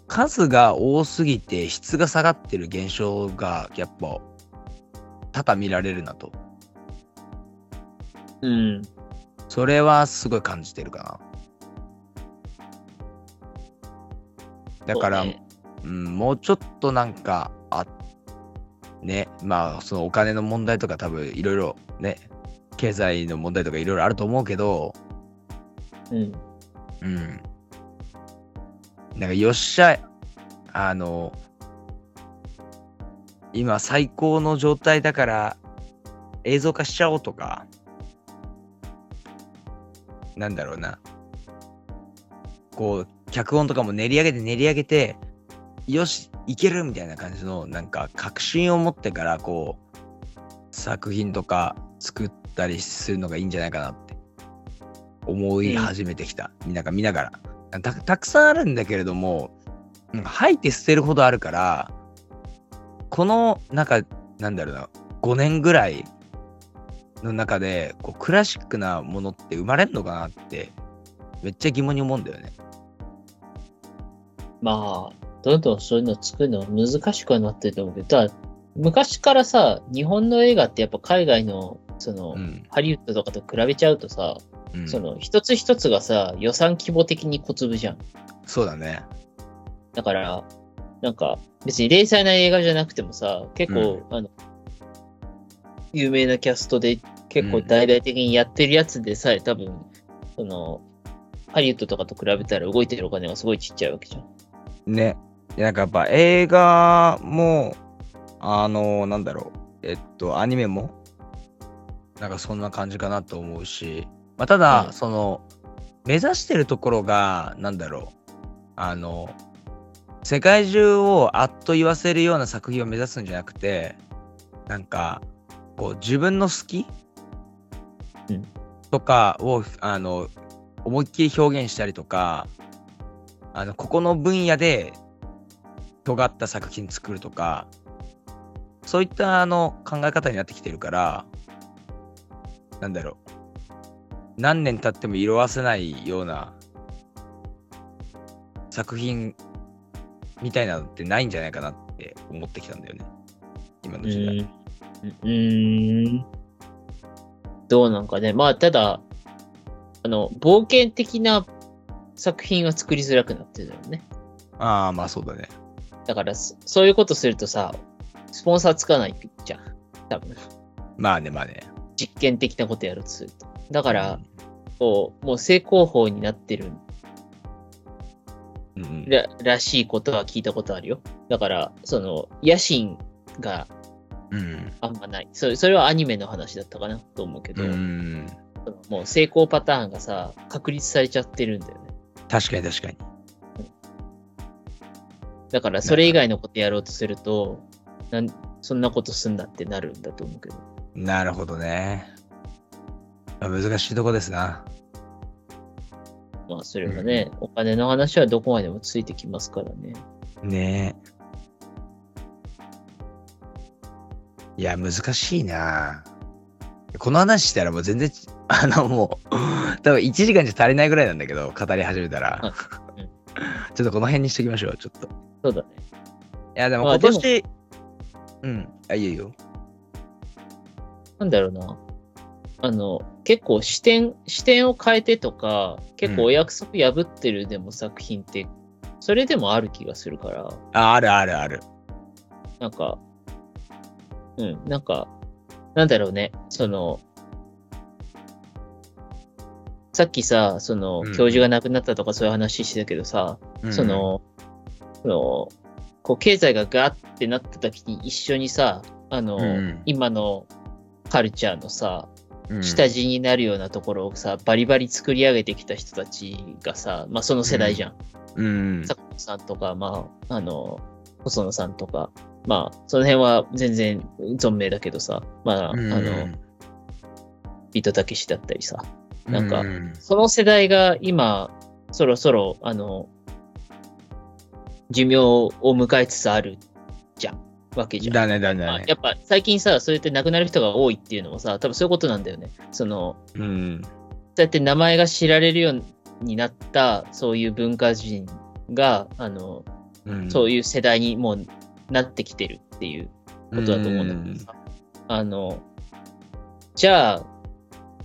数が多すぎて質が下がってる現象がやっぱ多々見られるなと。
うん。
それはすごい感じてるかな。だから、
そうね
うん、もうちょっとなんか、あ、ね、まあ、そのお金の問題とか多分いろいろね、経済の問題とかいろいろあると思うけど、
うん。
うん。なんか、よっしゃ、あの、今最高の状態だから映像化しちゃおうとか、なんだろうな。こう、脚本とかも練り上げて練り上げて、よし、いけるみたいな感じの、なんか、確信を持ってから、こう、作品とか作ったりするのがいいんじゃないかなって思い始めてきた。なんか見ながらた。たくさんあるんだけれども、なんか吐いて捨てるほどあるから、この、なんか、なんだろうな、5年ぐらいの中で、こう、クラシックなものって生まれんのかなって、めっちゃ疑問に思うんだよね。
まあ、どんどんそういうの作るの難しくはなってると思うけど、ただ、昔からさ、日本の映画ってやっぱ海外の、その、
うん。
ハリウッドとかと比べちゃうとさ、
うん、
その一つ一つがさ、予算規模的に小粒じゃん。
そうだね。
だから、なんか、別に零細な映画じゃなくてもさ、結構、あの、有名なキャストで結構大々的にやってるやつでさえ、多分、その、ハリウッドとかと比べたら動いてるお金がすごいちっちゃいわけじゃん。
ね。でなんかやっぱ映画も、あの、なんだろう、えっと、アニメも、なんかそんな感じかなと思うし、まあ、ただ、
うん
その、目指してるところが、なんだろう、あの、世界中をあっと言わせるような作品を目指すんじゃなくて、なんか、こう、自分の好き、
うん
とかを、あの、思いっきり表現したりとか、あのここの分野で尖った作品作るとかそういったあの考え方になってきてるからなんだろう何年経っても色褪せないような作品みたいなのってないんじゃないかなって思ってきたんだよね今の時代。
うーん。どうなんかね。まあ、ただ、あの、冒険的な作品は作りづらくなってるよね。
ああ、まあそうだね。
だからそ、そういうことするとさ、スポンサーつかないじゃん。多分、
まあね、まあね。
実験的なことやろうとすると。だから、こう、もう正攻法になってる
うん、うん。
ららしいことは聞いたことあるよ。だから、その、野心が
うん。
あんまない。それそれはアニメの話だったかなと思うけど、
うん。
そのもう成功パターンがさ、確立されちゃってるんだよね。
確かに確かに。
だから、それ以外のことやろうとすると、なんそんなことすんなってなるんだと思うけど。
なるほどね。まあ難しいとこですな。
まあ、それはね、お金の話はどこまでもついてきますからね。
ねえ。いや、難しいな。この話したらもう全然、 (laughs) あのもう、多分1時間じゃ足りないぐらいなんだけど、語り始めたら
いうん。
ちょっとこの辺にしときましょう、ちょっと。い
そうだね。
や、でも
まあ
今年、うん、あ、いいよ。
なんだろうな。あの、結構視点、視点を変えてとか、結構お約束破ってるでも作品って、それでもある気がするから、
あ、あるあるある。
なんか、うん、なんか、なんだろうね、その、さっきさ、その
うん、
教授が亡くなったとかそういう話してたけどさ、
うん
そ、の、その、こう、経済がガーってなった時に一緒にさ、あの、
うん
今のカルチャーのさ、
うん
下地になるようなところをさ、バリバリ作り上げてきた人たちがさ、まあその世代じゃん。
うん。
坂本さんとか、まあ、あの、細野さんとか、まあ、その辺は全然存命だけどさ、まあ、あ
うん
の、、ビートたけしだったりさ、なんか
う
その世代が今、そろそろ、あの、寿命を迎えつつあるじゃん、わけじゃん。
だね、だね、
ま
だ
あ
ね。
やっぱ最近さ、そうやって亡くなる人が多いっていうのもさ、多分そういうことなんだよね。その、
うん。
そうやって名前が知られるようになった、そういう文化人が、あの、
うん
そういう世代にもうなってきてるっていうことだと思うんだけどさ。あの、じゃあ、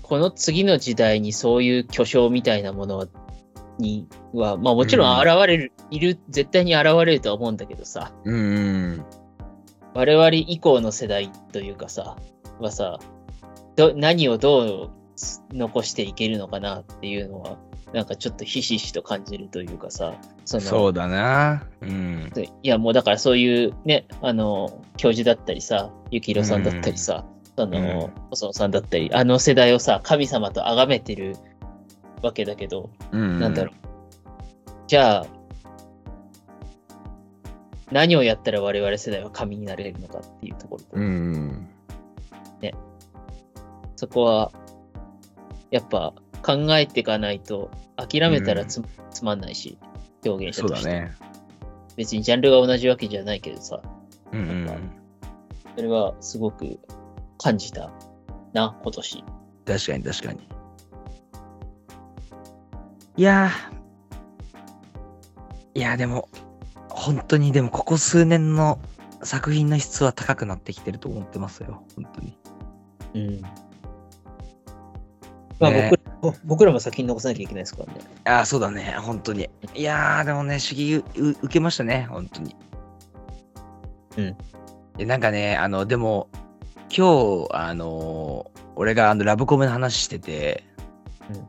この次の時代にそういう巨匠みたいなものは、には、まあもちろん現れる、いる、絶対に現れるとは思うんだけどさ、
うん。うん。
我々以降の世代というかさ、はさ、ど何をどう残していけるのかなっていうのは、なんかちょっとひしひしと感じるというかさ、その
そうだな。うん。
でいやもうだからそういうね、あの、教授だったりさ、ゆきひろさんだったりさ、あの、細野さんだったり、あの世代をさ、神様と崇めてるわけだけど、
な
なんだろう。じゃあ、何をやったら我々世代は神になれるのかっていうところと、
うん。
そこは、やっぱ考えていかないと、諦めたらつ,、つまんないし、表現者
そう
と
だ
して、
ね。
別にジャンルが同じわけじゃないけどさ、
うんうん
なんそれはすごく感じたな、今年。
確かに確かに。いやー。いやーでも、本当にでもここ数年の作品の質は高くなってきてると思ってますよ。本当に。
うん。まあ
ね
僕ら、ぼ僕らも先に残さなきゃいけないですからね。
ああ、そうだね。本当に。いやーでもね、刺激う受けましたね。本当に。
うん
で。なんかね、あの、でも、今日、あのー俺があのラブコメの話してて、
うん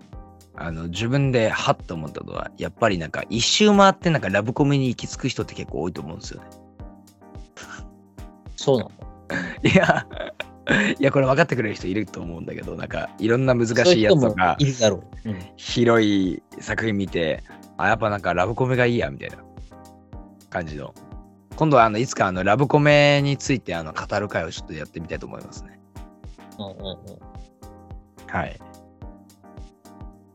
あの自分でハッと思ったのはやっぱりなんか一周回ってなんかラブコメに行き着く人って結構多いと思うんですよね。 (laughs)
そうなんだ。
いやいやこれ分かってくれる人いると思うんだけどなんかいろんな難しいやつ
そ
と
うう人も
か
いるだろう。うん。
広い作品見てあやっぱなんかラブコメがいいやみたいな感じの今度はあのいつかあのラブコメについてあの語る会をちょっとやってみたいと思いますね。
うんうんうん。
はい。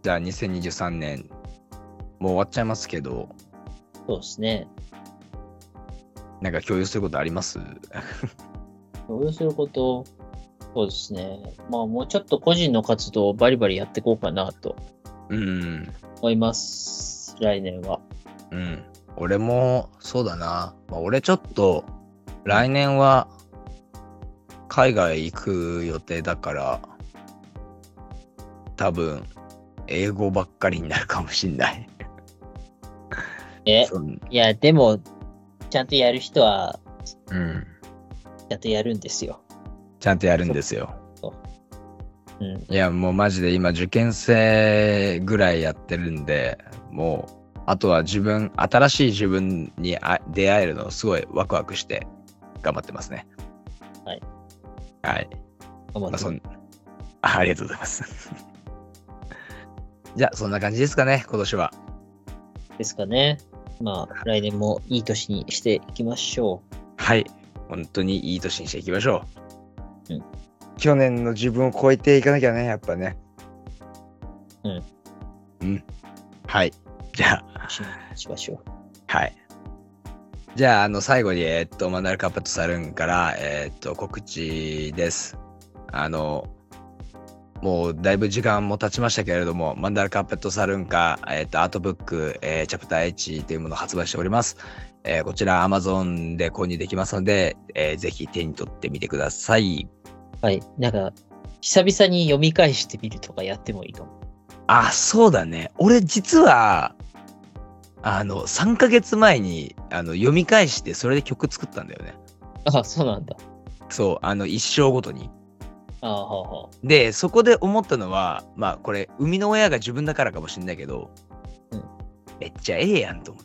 じゃあ2023年、もう終わっちゃいますけど、
そうですね。
なんか共有することあります
共有すること、そうですね。まあもうちょっと個人の活動をバリバリやっていこうかなと
うん。
思います。来年は。
うん。俺も、そうだな。まあ、俺ちょっと、来年は、海外行く予定だから、多分、英語ばっかりになるかもしんない。
え、
そん
いや、でも、ちゃんとやる人は、
うん。
ちゃんとやるんですよ。
ちゃんとやるんですよ。
うん。
いや、もうマジで今、受験生ぐらいやってるんで、もう、あとは自分、新しい自分にあ出会えるの、すごいワクワクして、頑張ってますね。
はい。
はい。
頑張っ
まあ、
て
そんあありがとうございます。 (laughs) じゃあ、そんな感じですかね、今年は。
ですかね。まあ、来年もいい年にしていきましょ
はい。本当にいい年にしていきましょう。
うん
去年の自分を超えていかなきゃね、やっぱね。
うん。
うん。はい。じゃあ、
う。ししましょ
はい。じゃあ、あの、最後に、えーっと、マナルカッパとサルーンから、えーっと、告知です。あの、もうだいぶ時間も経ちましたけれども、マンダルカーペットサルーンか、えーっと、アートブック、えーチャプター H というものを発売しております。えーこちら Amazon で購入できますので、えーぜひ手に取ってみてください。
う。はい。なんか、久々に読み返してみるとかやってもいいかも。
あ、そうだね。俺実は、あの、3ヶ月前にあの読み返して、それで曲作ったんだよね。
あ、そうなんだ。
そう、あの、一生ごとに。
ああ、はあ、はあ。
で、そこで思ったのは、まあこれ、生みの親が自分だからかもしれないけど、
うん
めっちゃええやんと思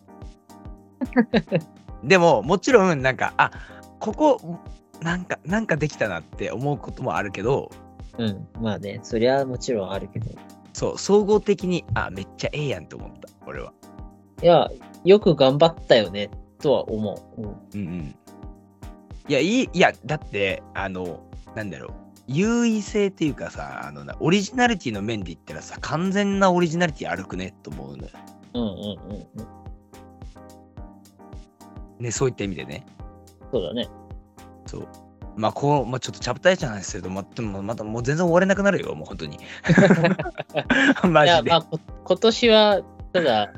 う。でも、もちろん、なんか、あここ、なんか、なんかできたなって思うこともあるけど、
うん。まあね、そりゃもちろんあるけど。
そう、総合的に、あ、めっちゃええやんと思った、俺は。
いや、よく頑張ったよね、とは思う。うん
うんうん。いや、いい、いや、だって、あの、なんだろう。優位性っていうかさ、あのな、オリジナリティの面で言ったらさ、完全なオリジナリティあるくねと思うのよ。
うんうんうんうん。
ね、そういった意味でね。
そうだね。
そう。まあ、こう、まあ、ちょっとチャプターじゃないですけど、まあ、でもまたもう全然終われなくなるよ、もう本当に。 (laughs) マ
いや、
ジで
ま。あ、こ今年は、ただ、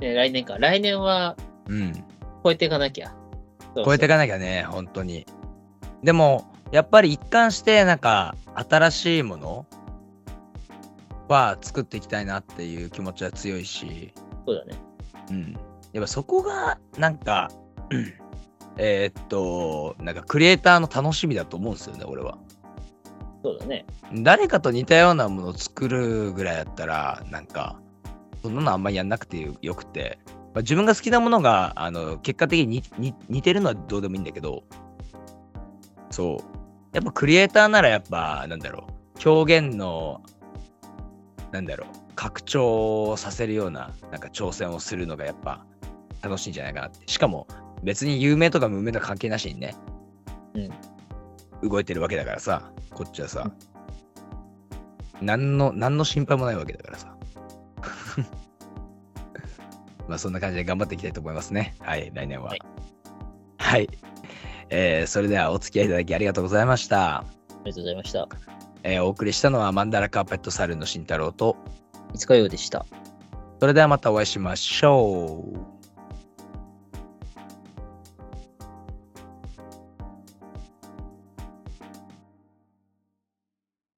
ね、来年か。来年は
うん。
超えていかなきゃ。そうそう
超えていかなきゃね、本当に。でも、やっぱり一貫して、なんか、新しいものは作っていきたいなっていう気持ちは強いし、
そうだね。
うん。やっぱそこが、なんか、 (clears throat) うんえーっと、なんかクリエイターの楽しみだと思うんですよね、俺は。
そうだね。
誰かと似たようなものを作るぐらいだったらなんかそんなのあんまりやんなくてよくて、まあ、自分が好きなものがあの結果的ににに似てるのはどうでもいいんだけどそうやっぱクリエイターならやっぱなんだろう表現のなんだろう拡張をさせるようななんか挑戦をするのがやっぱ楽しいんじゃないかなってしかも別に有名とか無名とか関係なしにね、動いてるわけだからさこっちはさ、何の、何の心配もないわけだからさ。 (laughs) まあそんな感じで頑張っていきたいと思いますね。はい、来年は。は
はい
い。えーそれではお付き合いいただきありがとうございました。
ありがとうございました。
えーお送りしたのはマンダラカーペットサルーンの慎太郎と、
いつかようでした。
それではまたお会いしましょう。